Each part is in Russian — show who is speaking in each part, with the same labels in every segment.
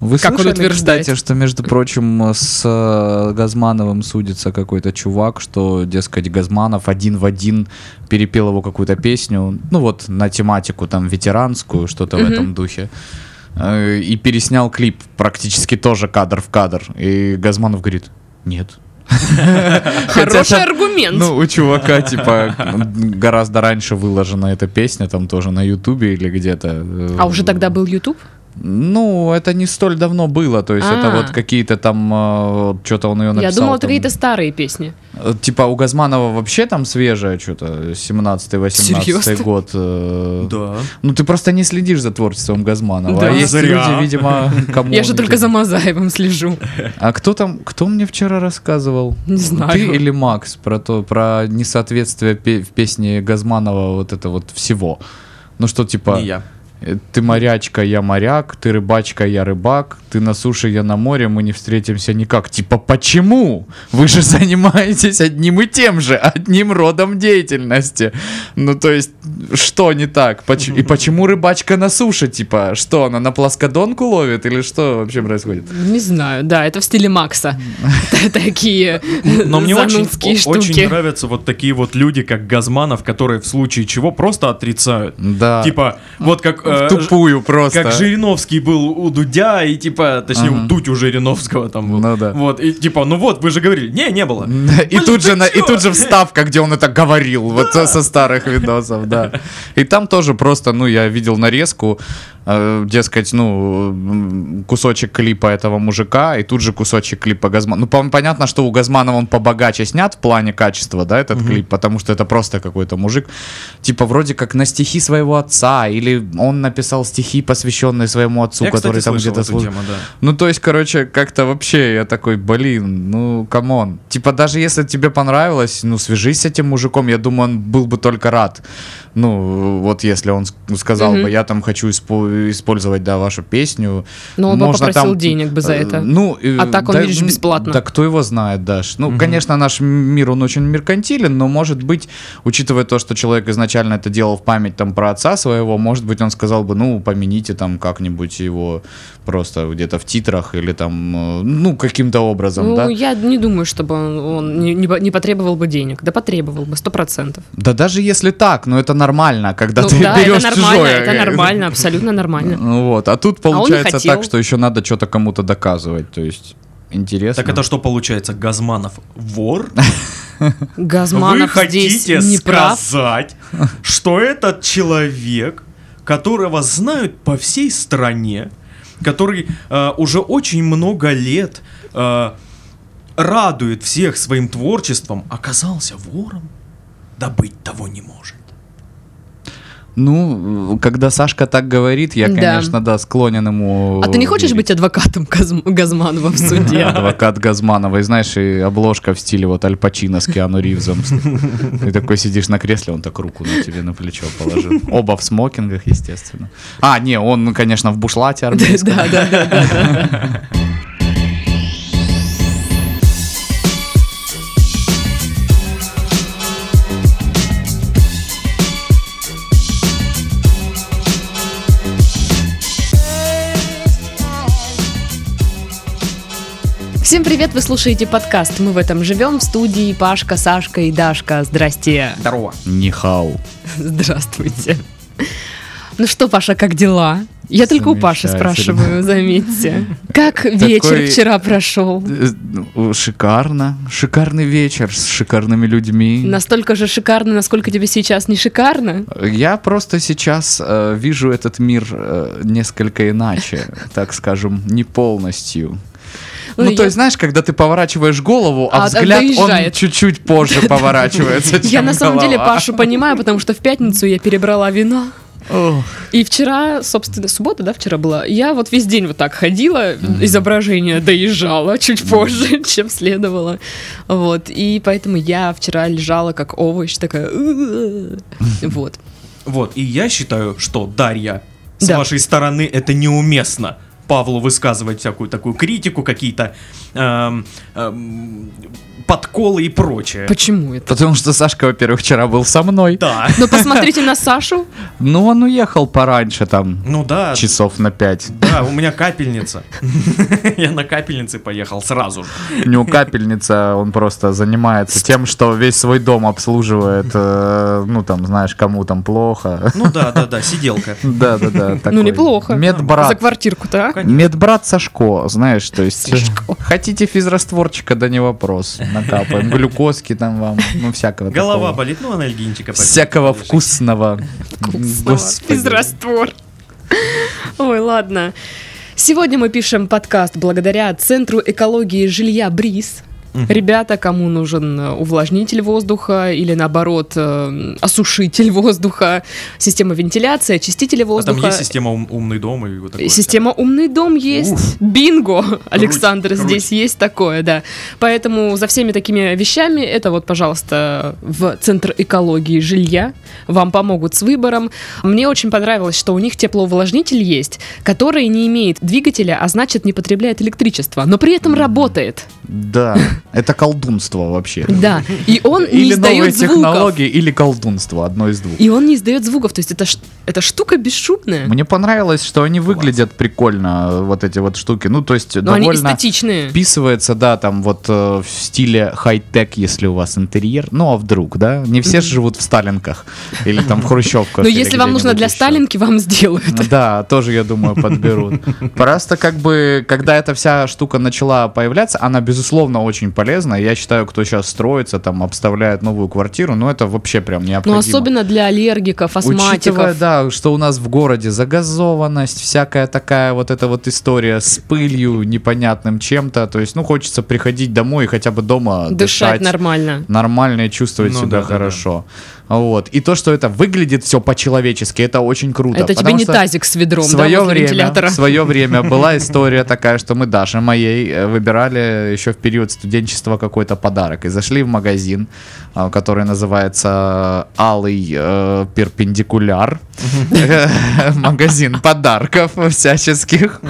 Speaker 1: Вы
Speaker 2: Как он
Speaker 1: слышали,
Speaker 2: утверждает.
Speaker 1: кстати, что, между прочим, с э, Газмановым судится какой-то чувак, что, дескать, Газманов один в один перепел его какую-то песню, ну вот на тематику там ветеранскую, что-то в
Speaker 2: Мгм.
Speaker 1: этом духе, Э, и переснял клип, практически тоже кадр в кадр. И Газманов говорит, нет. Хотя
Speaker 2: Хороший
Speaker 1: там-
Speaker 2: аргумент.
Speaker 1: Ну, у чувака, типа, гораздо раньше выложена эта песня, там тоже на Ютубе или где-то. э,
Speaker 2: а уже тогда был YouTube?
Speaker 1: Ну, это не столь давно было, то есть это
Speaker 2: А.
Speaker 1: вот какие-то там, что-то он ее написал.
Speaker 2: Я думал, это
Speaker 1: там,
Speaker 2: какие-то старые песни.
Speaker 1: э, Типа у Газманова вообще там свежее что-то, 17-18
Speaker 2: Серьёзно?
Speaker 1: год. э,
Speaker 3: Да.
Speaker 1: Ну, ты просто не следишь за творчеством Газманова.
Speaker 2: Да.
Speaker 1: А есть
Speaker 3: Зря.
Speaker 1: люди, видимо, кому...
Speaker 2: Я
Speaker 1: он
Speaker 2: же только
Speaker 1: интересен.
Speaker 2: за Мазаевым слежу.
Speaker 1: А кто там, кто мне вчера рассказывал?
Speaker 2: Не знаю.
Speaker 1: Ты или Макс про то, про несоответствие пе- в песне Газманова вот это вот всего? Ну что, типа,
Speaker 3: Не я.
Speaker 1: э, ты морячка, я моряк, ты рыбачка, я рыбак, ты на суше, я на море, мы не встретимся никак. Типа, почему? Вы же занимаетесь одним и тем же, одним родом деятельности. Ну, то есть, что не так? Поч- и почему рыбачка на суше? Типа, что, она на плоскодонку ловит или что вообще происходит?
Speaker 2: Не знаю, да, это в стиле Макса. Т- Такие
Speaker 1: Ну,
Speaker 3: Но мне очень,
Speaker 2: занудские
Speaker 3: о- очень
Speaker 2: штуки.
Speaker 3: нравятся вот такие вот люди, как Газманов, которые в случае чего просто отрицают.
Speaker 1: Да.
Speaker 3: Типа, вот как...
Speaker 1: в
Speaker 3: э,
Speaker 1: тупую просто.
Speaker 3: Как Жириновский был у Дудя, и типа, точнее,
Speaker 1: Ага.
Speaker 3: у Дудь у Жириновского там был.
Speaker 1: Ну да.
Speaker 3: Вот, и типа, ну вот, вы же говорили, не, не было.
Speaker 1: И
Speaker 3: Блин,
Speaker 1: тут,
Speaker 3: ты
Speaker 1: же, на- и
Speaker 3: чё?
Speaker 1: тут же вставка, где он это говорил, вот э, со старых видосов, да. И там тоже просто, ну, я видел нарезку, э, дескать, ну, м, кусочек клипа этого мужика, и тут же кусочек клипа Газмана. Ну, по- понятно, что у Газманова он побогаче снят в плане качества, да, этот клип, потому что это просто какой-то мужик, типа, вроде как на стихи своего отца, или он написал стихи, посвященные своему отцу,
Speaker 3: Я, кстати,
Speaker 1: который там
Speaker 3: слышал
Speaker 1: где-то
Speaker 3: эту
Speaker 1: служит.
Speaker 3: тему, да.
Speaker 1: Ну, то есть, короче, как-то вообще я такой, блин, ну, камон. Типа, даже если тебе понравилось, ну, свяжись с этим мужиком, я думаю, он был бы только рад. Ну, вот если он с- сказал
Speaker 2: Мгм.
Speaker 1: бы, я там хочу испо- использовать, да, вашу песню.
Speaker 2: Но он бы
Speaker 1: Можно
Speaker 2: попросил
Speaker 1: там,
Speaker 2: денег бы за
Speaker 1: э,
Speaker 2: это.
Speaker 1: Ну, э,
Speaker 2: А так он, видишь,
Speaker 1: м,
Speaker 2: бесплатно.
Speaker 1: Да кто его знает, Даш. Ну,
Speaker 3: Мгм.
Speaker 1: конечно, наш мир, он очень меркантилен, но, может быть, учитывая то, что человек изначально это делал в память там про отца своего, может быть, он сказал бы, ну, помяните там как-нибудь его просто где-то в титрах или там, э, ну, каким-то образом,
Speaker 2: Ну,
Speaker 1: да?
Speaker 2: я не думаю, чтобы он, он не, не по- не потребовал бы денег. Да потребовал бы, сто процентов.
Speaker 1: Да даже если так, но это нормально, когда
Speaker 2: Ну
Speaker 1: ты
Speaker 2: да,
Speaker 1: берешь
Speaker 2: это нормально,
Speaker 1: чужое.
Speaker 2: это нормально, абсолютно нормально.
Speaker 1: Ну Вот, а тут
Speaker 2: он не
Speaker 1: получается так,
Speaker 2: хотел.
Speaker 1: что еще надо что-то кому-то доказывать, то есть интересно.
Speaker 3: Так это что получается, Газманов вор? Вы
Speaker 2: Газманов здесь
Speaker 3: хотите
Speaker 2: не прав.
Speaker 3: сказать, что этот человек, которого знают по всей стране, который э, уже очень много лет э, радует всех своим творчеством, оказался вором? Да быть того не может.
Speaker 1: Ну, когда Сашка так говорит, я,
Speaker 2: Да.
Speaker 1: конечно, да, склонен ему.
Speaker 2: А ты не хочешь
Speaker 1: верить.
Speaker 2: быть адвокатом Газм- Газманова в суде?
Speaker 1: Адвокат Газманова, и знаешь, и обложка в стиле вот Аль Пачино с Киану Ривзом. Ты такой сидишь на кресле, он так руку на тебе на плечо положил. Оба в смокингах, естественно. А, не, он, ну, конечно, в бушлате армейском.
Speaker 2: Да, да, да. Всем привет, вы слушаете подкаст «Мы в этом живем» в студии Пашка, Сашка и Дашка. Здрасте.
Speaker 3: Здорово.
Speaker 1: Нихау.
Speaker 2: Здравствуйте. Ну что, Паша, как дела? Я только у Паши
Speaker 1: Замечательно.
Speaker 2: спрашиваю, заметьте. Как
Speaker 1: Такой-
Speaker 2: вечер вчера прошел?
Speaker 1: Э, ну, Шикарно. Шикарный вечер с шикарными людьми.
Speaker 2: Настолько же шикарно, насколько тебе сейчас не шикарно?
Speaker 1: Я просто сейчас э, вижу этот мир э, несколько иначе, так скажем, не полностью. Ну,
Speaker 2: я-
Speaker 1: то есть, знаешь, когда ты поворачиваешь голову, а,
Speaker 2: А, а,
Speaker 1: взгляд он
Speaker 2: доезжает.
Speaker 1: чуть-чуть позже поворачивается.
Speaker 2: Я
Speaker 1: чем
Speaker 2: на самом деле
Speaker 1: голова.
Speaker 2: Пашу понимаю, потому что в пятницу я перебрала вина.
Speaker 1: Ох,
Speaker 2: И вчера, собственно, суббота, да, вчера была, я вот весь день вот так ходила, изображение доезжало чуть позже, чем следовало. Вот, и поэтому я вчера лежала как овощ, такая... «Э-э-э». Вот.
Speaker 3: Вот, и я считаю, что Дарья, с
Speaker 2: Да.
Speaker 3: вашей стороны это неуместно. Павлу высказывать всякую такую критику, какие-то эм, эм, подколы и прочее.
Speaker 2: Почему это?
Speaker 1: Потому что Сашка, во-первых, вчера был со мной.
Speaker 3: Да.
Speaker 2: Но посмотрите на Сашу.
Speaker 1: Ну, он уехал пораньше, там,
Speaker 3: Ну да.
Speaker 1: часов на пять.
Speaker 3: Да, у меня капельница. Я на капельнице поехал сразу же.
Speaker 1: У него капельница, он просто занимается тем, что весь свой дом обслуживает, э, ну, там, знаешь, кому там плохо.
Speaker 3: Ну да, да, да, сиделка.
Speaker 1: Да, да, да.
Speaker 2: Ну, неплохо. За
Speaker 1: Медбрат.
Speaker 2: квартирку-то, а?
Speaker 1: Медбрат Сашко, знаешь, то есть хотите физрастворчика, да не вопрос, накапаем, глюкозки там вам, ну всякого
Speaker 3: Голова
Speaker 1: такого.
Speaker 3: болит, ну анальгинчика. попей.
Speaker 1: всякого
Speaker 3: Лежит.
Speaker 1: вкусного.
Speaker 2: Вкусного. Физраствор. Ой, ладно. Сегодня мы пишем подкаст благодаря Центру экологии жилья «Бриз».
Speaker 3: Мгм.
Speaker 2: Ребята, кому нужен э, увлажнитель воздуха или, наоборот, э, осушитель воздуха, система вентиляции, очистители
Speaker 3: А
Speaker 2: воздуха.
Speaker 3: там есть система ум- умный дом и вот такое.
Speaker 2: Система «Умный дом» есть.
Speaker 3: Уф.
Speaker 2: Бинго, Александр,
Speaker 3: круть.
Speaker 2: здесь есть такое, да. Поэтому за всеми такими вещами это вот, пожалуйста, в Центр экологии жилья. Вам помогут с выбором. Мне очень понравилось, что у них теплоувлажнитель есть, который не имеет двигателя, а значит не потребляет электричество, но при этом работает.
Speaker 1: Да, это колдунство вообще.
Speaker 2: Да, и он не
Speaker 1: Или новые
Speaker 2: издает звуков.
Speaker 1: технологии, или колдунство, одно из двух.
Speaker 2: И он не издает звуков, то есть это, ш- это штука бесшумная,
Speaker 1: Мне понравилось, что они выглядят прикольно, вот эти вот штуки. Ну, то есть
Speaker 2: но они
Speaker 1: довольно
Speaker 2: эстетичные.
Speaker 1: вписывается, да, там вот э, в стиле хай-тек, если у вас интерьер. Ну, а вдруг, да? Не все же живут в сталинках или там в хрущевках.
Speaker 2: Но
Speaker 1: или
Speaker 2: Ну, если вам нужно
Speaker 1: где-нибудь
Speaker 2: для
Speaker 1: еще. Ну
Speaker 2: Сталинки, вам сделают.
Speaker 1: Да, тоже, я думаю, подберут. Просто как бы, когда эта вся штука начала появляться, она, безусловно, очень полезна. Я считаю, кто сейчас строится, там, обставляет новую квартиру, ну, это вообще прям
Speaker 2: Ну,
Speaker 1: необходимо.
Speaker 2: особенно для аллергиков,
Speaker 1: Учитывая,
Speaker 2: астматиков.
Speaker 1: да, что у нас в городе загазованность, всякая такая вот эта вот история с пылью, непонятным чем-то. То есть, ну, хочется приходить домой и хотя бы дома
Speaker 2: Дышать
Speaker 1: дышать,
Speaker 2: нормально.
Speaker 1: нормально и чувствовать
Speaker 3: Ну
Speaker 1: себя
Speaker 3: да, да,
Speaker 1: хорошо. Вот. И то, что это выглядит все по-человечески, это очень круто.
Speaker 2: Это тебе
Speaker 1: Ну потому
Speaker 2: не
Speaker 1: что
Speaker 2: тазик с ведром,
Speaker 1: в
Speaker 2: да,
Speaker 1: свое,
Speaker 2: возле
Speaker 1: время,
Speaker 2: вентилятора.
Speaker 1: в свое время была история такая, что мы Даше моей э, выбирали еще в период студенчества какой-то подарок. И зашли в магазин, а, который называется «Алый э, перпендикуляр». Э, Магазин подарков всяческих.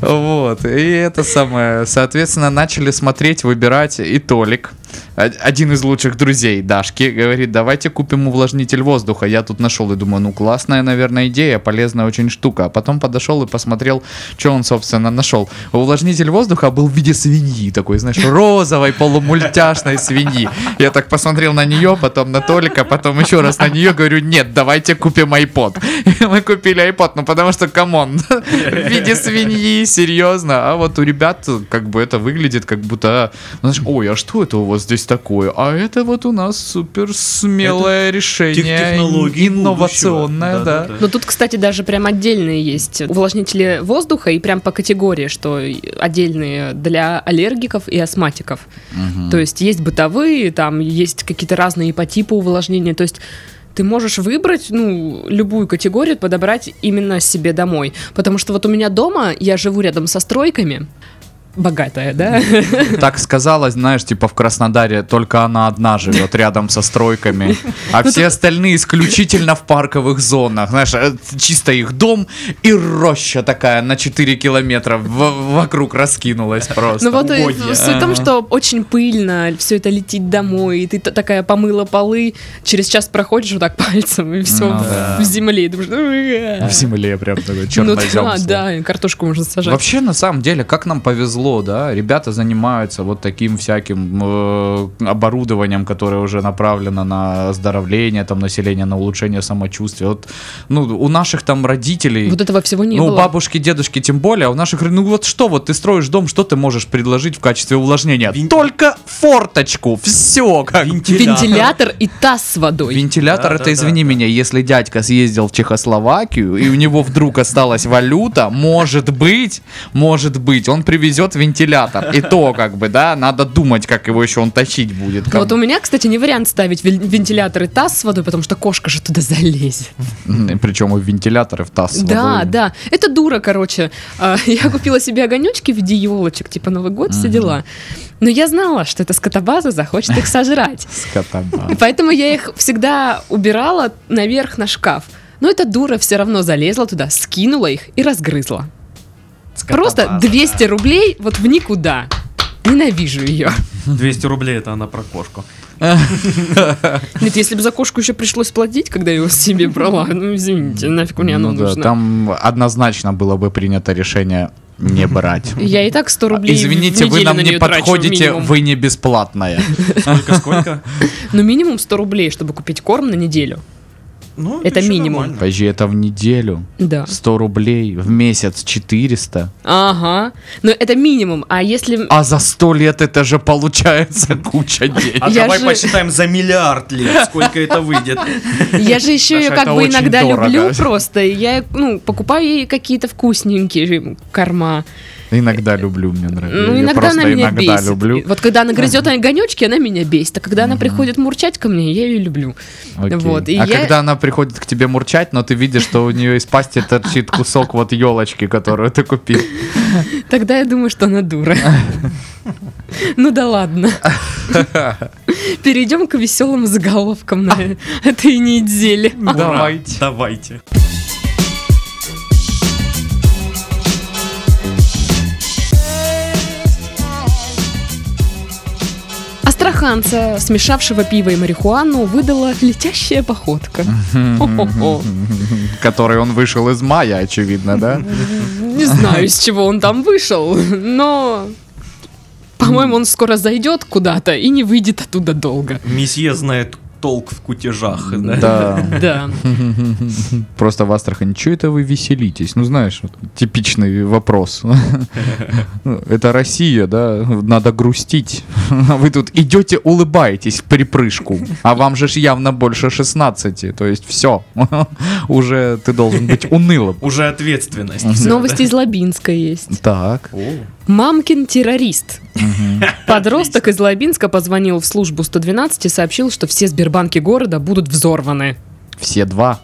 Speaker 1: Вот. И это самое. Соответственно, начали смотреть, выбирать. И Толик, о- один из лучших друзей Дашки, говорит, давайте купим увлажнитель воздуха. Я тут нашел и думаю, ну классная, наверное, идея, полезная очень штука. А потом подошел и посмотрел, что он, собственно, нашел. Увлажнитель воздуха был в виде свиньи, такой, знаешь, розовой полумультяшной свиньи. Я так посмотрел на нее, потом на Толика, потом еще раз на нее, говорю, нет, давайте купим iPod. И мы купили iPod, ну потому что, камон, в виде свиньи, серьезно. А вот у ребят как бы это выглядит как будто, ну, знаешь, ой, а что это у вас здесь такое? А это вот у нас супер смелое решение,
Speaker 3: Тех- технологии
Speaker 1: инновационное,
Speaker 3: будущего.
Speaker 1: да.
Speaker 2: Но тут, кстати, даже прям отдельные есть увлажнители воздуха и прям по категории, что и отдельные для аллергиков и астматиков. То есть есть бытовые, там есть какие-то разные по типу увлажнения. То есть ты можешь выбрать, ну, любую категорию, подобрать именно себе домой. Потому что вот у меня дома, я живу рядом со стройками, богатая, да?
Speaker 1: Так сказала, знаешь, типа в Краснодаре только она одна живет рядом со стройками, а
Speaker 2: Ну,
Speaker 1: все остальные исключительно в парковых зонах. Знаешь, э, чисто их дом и роща такая на 4 километра в- вокруг раскинулась просто.
Speaker 2: Ну вот и
Speaker 3: угодья.
Speaker 2: суть в том, что очень пыльно, все это летит домой, и ты т- такая помыла полы, через час проходишь вот так пальцем, и все
Speaker 1: Ну
Speaker 2: в,
Speaker 1: да.
Speaker 2: в земле, и думаешь, «Уа».
Speaker 1: В земле прям такой
Speaker 2: ну
Speaker 1: чернозем.
Speaker 2: да, да, и картошку можно сажать.
Speaker 1: Вообще, на самом деле, как нам повезло, да, ребята занимаются вот таким всяким э, оборудованием, которое уже направлено на оздоровление там населения, на улучшение самочувствия. Вот, ну, у наших там родителей...
Speaker 2: вот этого всего не
Speaker 1: ну, у
Speaker 2: было.
Speaker 1: бабушки, дедушки тем более, а у наших, ну вот что, вот ты строишь дом, что ты можешь предложить в качестве увлажнения?
Speaker 3: Вин-
Speaker 1: Только форточку, все как бы.
Speaker 2: Вентилятор и таз с водой.
Speaker 1: Вентилятор
Speaker 3: Да,
Speaker 1: это,
Speaker 3: да,
Speaker 1: извини
Speaker 3: да, да.
Speaker 1: меня, если дядька съездил в Чехословакию и у него вдруг осталась валюта, может быть, может быть, он привезет вентилятор. И то, как бы, да, надо думать, как его еще он тащить будет.
Speaker 2: Но вот у меня, кстати, не вариант ставить вен- вентилятор и таз с водой, потому что кошка же туда залезет.
Speaker 1: Причем и вентиляторы в таз. Ну, с
Speaker 2: Да,
Speaker 1: водой.
Speaker 2: да. Это дура, короче. А, Я купила себе огонечки в виде елочек, типа Новый год, все дела. Но я знала, что эта скотобаза захочет их сожрать.
Speaker 1: Скотоба.
Speaker 2: И Поэтому я их всегда убирала наверх на шкаф. Но эта дура все равно залезла туда, скинула их и разгрызла. Просто 200 рублей вот в никуда. Ненавижу ее.
Speaker 3: 200 рублей это она про кошку.
Speaker 2: Нет, если бы за кошку еще пришлось платить, когда я его себе брала, ну извините, нафиг мне оно
Speaker 1: Ну да,
Speaker 2: нужно.
Speaker 1: Там однозначно было бы принято решение не брать.
Speaker 2: Я и так 100 рублей в
Speaker 1: А, Извините, вы
Speaker 2: неделю
Speaker 1: нам
Speaker 2: на
Speaker 1: не
Speaker 2: неё трачу
Speaker 1: подходите,
Speaker 2: минимум.
Speaker 1: вы не бесплатная.
Speaker 3: Сколько, сколько?
Speaker 2: Ну минимум 100 рублей, чтобы купить корм на неделю.
Speaker 3: Ну,
Speaker 2: Это
Speaker 3: ещё
Speaker 2: минимум.
Speaker 3: нормально.
Speaker 1: Подожди, это в неделю.
Speaker 2: Да.
Speaker 1: 100 рублей, в месяц 400.
Speaker 2: Ага. Но это минимум. А если...
Speaker 1: А за 100 лет это же получается куча денег.
Speaker 3: А
Speaker 2: Я
Speaker 3: давай
Speaker 2: же-
Speaker 3: посчитаем за миллиард лет, сколько это выйдет.
Speaker 2: Я же еще ее
Speaker 1: Даша, это
Speaker 2: как бы
Speaker 1: очень
Speaker 2: иногда
Speaker 1: дорого.
Speaker 2: люблю просто. и Я, ну, покупаю ей какие-то вкусненькие корма.
Speaker 1: Иногда люблю, мне нравится.
Speaker 2: А Ну,
Speaker 1: Я
Speaker 2: иногда
Speaker 1: просто
Speaker 2: она меня
Speaker 1: иногда
Speaker 2: бесит.
Speaker 1: люблю.
Speaker 2: Вот когда она грызет огонечки, она меня бесит. А когда она приходит мурчать ко мне, я ее люблю.
Speaker 1: Окей.
Speaker 2: Вот, и
Speaker 1: а
Speaker 2: я-
Speaker 1: когда она приходит к тебе мурчать, но ты видишь, что у нее из пасти торчит кусок вот елочки, которую ты купил.
Speaker 2: Тогда я думаю, что она дура. Ну да ладно. Перейдем к веселым заголовкам на этой неделе.
Speaker 3: Ура,
Speaker 1: Давайте.
Speaker 3: Давайте.
Speaker 2: Астраханца, смешавшего пиво и марихуану, выдала летящая походка. Хо-хо-хо.
Speaker 1: Который он вышел из мая, очевидно, да?
Speaker 2: Не знаю, из чего он там вышел, но... По-моему, он скоро зайдет куда-то и не выйдет оттуда долго.
Speaker 3: Месье знает толк в кутежах. да?
Speaker 1: Да.
Speaker 2: Да.
Speaker 1: Просто в Астрахани, что это вы веселитесь? Ну, знаешь, вот типичный вопрос. Ну, Это Россия, да? Надо грустить. А Вы тут идете, улыбаетесь в припрыжку. А вам же ж явно больше 16. То есть все. Уже ты должен быть унылым.
Speaker 3: Уже ответственность. всё,
Speaker 2: Новости из Лабинска есть.
Speaker 1: Так.
Speaker 3: да? О,
Speaker 2: Мамкин террорист. Подросток из Лабинска позвонил в службу 112 и сообщил, что все Сбербанки города будут взорваны.
Speaker 1: Все два.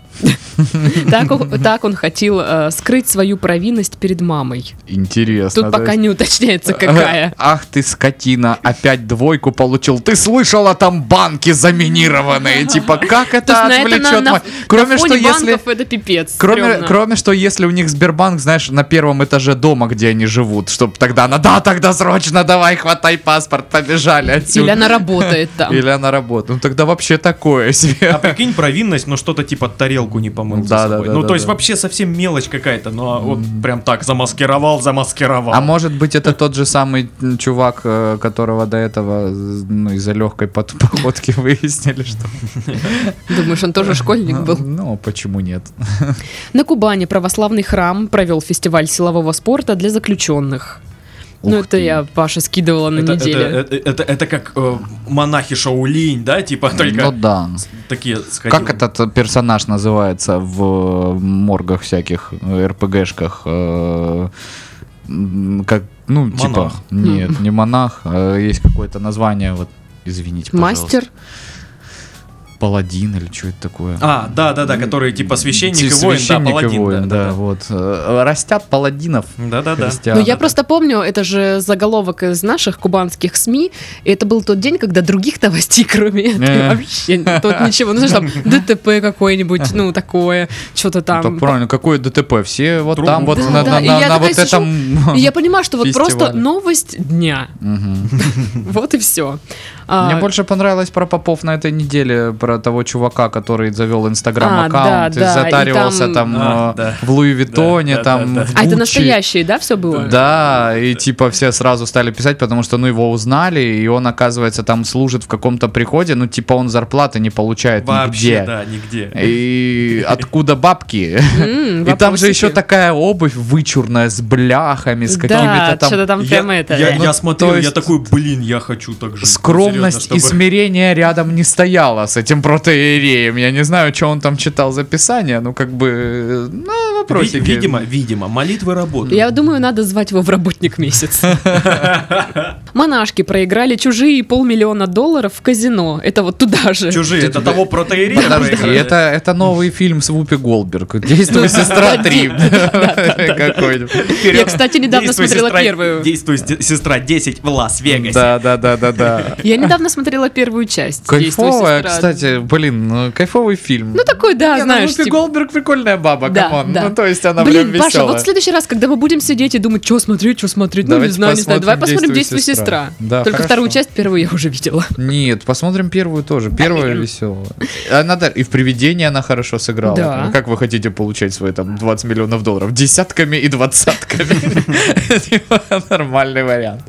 Speaker 2: Так, он- так он хотел э, скрыть свою провинность перед мамой.
Speaker 1: Интересно.
Speaker 2: Тут
Speaker 1: то
Speaker 2: пока
Speaker 1: есть-
Speaker 2: не уточняется, какая.
Speaker 1: Ах ты скотина, опять двойку получил. Ты слышала, там банки заминированные. Типа, как
Speaker 2: То
Speaker 1: это
Speaker 2: есть на это
Speaker 1: отвлечет?
Speaker 2: на, на-
Speaker 1: мать?
Speaker 2: на
Speaker 1: Кроме что
Speaker 2: фоне
Speaker 1: если...
Speaker 2: банков это пипец.
Speaker 1: Кроме,
Speaker 2: стрёмно.
Speaker 1: кроме что, если у них Сбербанк, знаешь, на первом этаже дома, где они живут, чтобы тогда она, да, тогда срочно, давай, хватай паспорт, побежали отсюда.
Speaker 2: Или она работает там.
Speaker 1: Или она работает. Ну тогда вообще такое
Speaker 3: А
Speaker 1: себе.
Speaker 3: прикинь, провинность, но что-то типа тарелку не помыл за
Speaker 1: Да, да,
Speaker 3: собой.
Speaker 1: да,
Speaker 3: ну,
Speaker 1: да,
Speaker 3: то есть
Speaker 1: да.
Speaker 3: вообще совсем мелочь какая-то, но вот прям так замаскировал, замаскировал.
Speaker 1: А может быть это тот же самый м, чувак, э, которого до этого э, ну, из-за легкой под- походки выяснили, что...
Speaker 2: Думаешь, он тоже школьник был?
Speaker 1: Ну, почему нет?
Speaker 2: На Кубани православный храм провел фестиваль силового спорта для заключенных. Ну,
Speaker 1: Ух
Speaker 2: это
Speaker 1: ты.
Speaker 2: я Паше скидывала на
Speaker 3: это,
Speaker 2: неделе.
Speaker 3: это- это- это- это как э, монахи Шаулинь, да, типа только
Speaker 1: Ну да.
Speaker 3: такие сходил.
Speaker 1: Как этот персонаж называется в э, моргах всяких, э, РПГшках? э, м, Как, ну, типа...
Speaker 3: Монах.
Speaker 1: Нет, не монах. а Есть какое-то название, вот, извините, пожалуйста.
Speaker 2: Мастер?
Speaker 1: Паладин или что это такое?
Speaker 3: А, да, да, да, которые типа священник и
Speaker 1: Священник
Speaker 3: воин, да,
Speaker 1: и
Speaker 3: паладин,
Speaker 1: воин,
Speaker 3: да,
Speaker 1: да, вот. Э, Растят паладинов.
Speaker 3: да, да, да.
Speaker 1: христиан.
Speaker 2: Ну, я просто помню, это же заголовок из наших кубанских СМИ, и это был тот день, когда других новостей, кроме этого,
Speaker 1: Э.
Speaker 2: вообще тут ничего. Ну, знаешь, там ДТП какое-нибудь, ну, такое, что-то
Speaker 1: Это
Speaker 2: там.
Speaker 1: правильно, какое ДТП? Все вот
Speaker 3: Трубу.
Speaker 1: там вот
Speaker 2: Да,
Speaker 1: на,
Speaker 2: да,
Speaker 1: на-
Speaker 2: и
Speaker 1: на-
Speaker 2: я
Speaker 1: на
Speaker 2: такая
Speaker 1: вот
Speaker 2: сижу,
Speaker 1: этом...
Speaker 2: И я понимаю, что вот просто
Speaker 1: Фестивале.
Speaker 2: новость дня.
Speaker 1: Мгм.
Speaker 2: Вот и А, все.
Speaker 1: Мне больше понравилось про попов на этой неделе, про того чувака, который завел инстаграм
Speaker 2: А, да,
Speaker 1: аккаунт,
Speaker 2: да, и
Speaker 1: затаривался
Speaker 2: там-
Speaker 1: там
Speaker 3: А,
Speaker 1: э,
Speaker 3: да.
Speaker 1: в Луи Виттоне,
Speaker 3: Да, да,
Speaker 1: там
Speaker 3: да, да.
Speaker 1: в
Speaker 2: А это
Speaker 1: Гуччи.
Speaker 2: настоящее, да, все было?
Speaker 1: Да, и типа все сразу стали писать, потому что ну его узнали, и он, оказывается, там служит в каком-то приходе, ну типа он зарплаты не получает
Speaker 3: Вообще,
Speaker 1: нигде. Э,
Speaker 3: да, нигде.
Speaker 1: И откуда бабки?
Speaker 2: М,
Speaker 1: И там же
Speaker 2: вопросики.
Speaker 1: еще такая обувь вычурная, с бляхами, с
Speaker 2: Да,
Speaker 1: какими-то там
Speaker 2: что-то там прям
Speaker 3: Я,
Speaker 2: это.
Speaker 3: я,
Speaker 2: да.
Speaker 3: я смотрел,
Speaker 1: Ну, то есть-
Speaker 3: я такой, блин, я хочу так Ну, же.
Speaker 1: скромность и смирение рядом не стояло с этим протеереем. Я не знаю, что он там читал за писание, ну как бы, э, ну вопросики.
Speaker 3: Видимо, видимо, молитвы работают.
Speaker 2: Я думаю, надо звать его в работник месяц. Монашки проиграли чужие полмиллиона долларов в казино. Это вот туда же.
Speaker 3: Чужие, это того протеерея
Speaker 1: Подожди,
Speaker 3: проиграли.
Speaker 1: это, это новый фильм с Вупи Голдберг. Действуй, сестра 3. Какой-нибудь.
Speaker 2: Я, кстати, недавно
Speaker 3: Действуй,
Speaker 2: смотрела
Speaker 3: сестра-
Speaker 2: первую.
Speaker 3: Действуй, се- сестра 10 в Лас-Вегасе.
Speaker 1: Да, да, да, да, да.
Speaker 2: Я недавно смотрела первую часть. «Действуй,
Speaker 1: Кайфовая,
Speaker 2: сестра».
Speaker 1: кстати, кстати, блин, ну, кайфовый фильм.
Speaker 2: Ну такой, да,
Speaker 1: Не, ну,
Speaker 2: знаешь,
Speaker 1: Вупи
Speaker 2: типа...
Speaker 1: Голдберг прикольная баба,
Speaker 2: Да,
Speaker 1: камон.
Speaker 2: да.
Speaker 1: Ну, то есть она
Speaker 2: Блин,
Speaker 1: прям
Speaker 2: Паша,
Speaker 1: веселая.
Speaker 2: вот в следующий раз, когда мы будем сидеть и думать, что смотреть, что смотреть, ну, не
Speaker 1: Давайте
Speaker 2: знаю, не знаю,
Speaker 1: посмотрим
Speaker 2: давай посмотрим «Действуй,
Speaker 1: «Действуй,
Speaker 2: сестра».
Speaker 1: сестра». Да,
Speaker 2: Только
Speaker 1: хорошо.
Speaker 2: вторую часть, первую я уже видела.
Speaker 1: Нет, посмотрим первую тоже. Первая веселая. Она, да, и в привидении она хорошо сыграла.
Speaker 2: Да.
Speaker 1: Ну, как вы хотите получать свои там 20 миллионов долларов? Десятками и двадцатками. Типа, Нормальный вариант.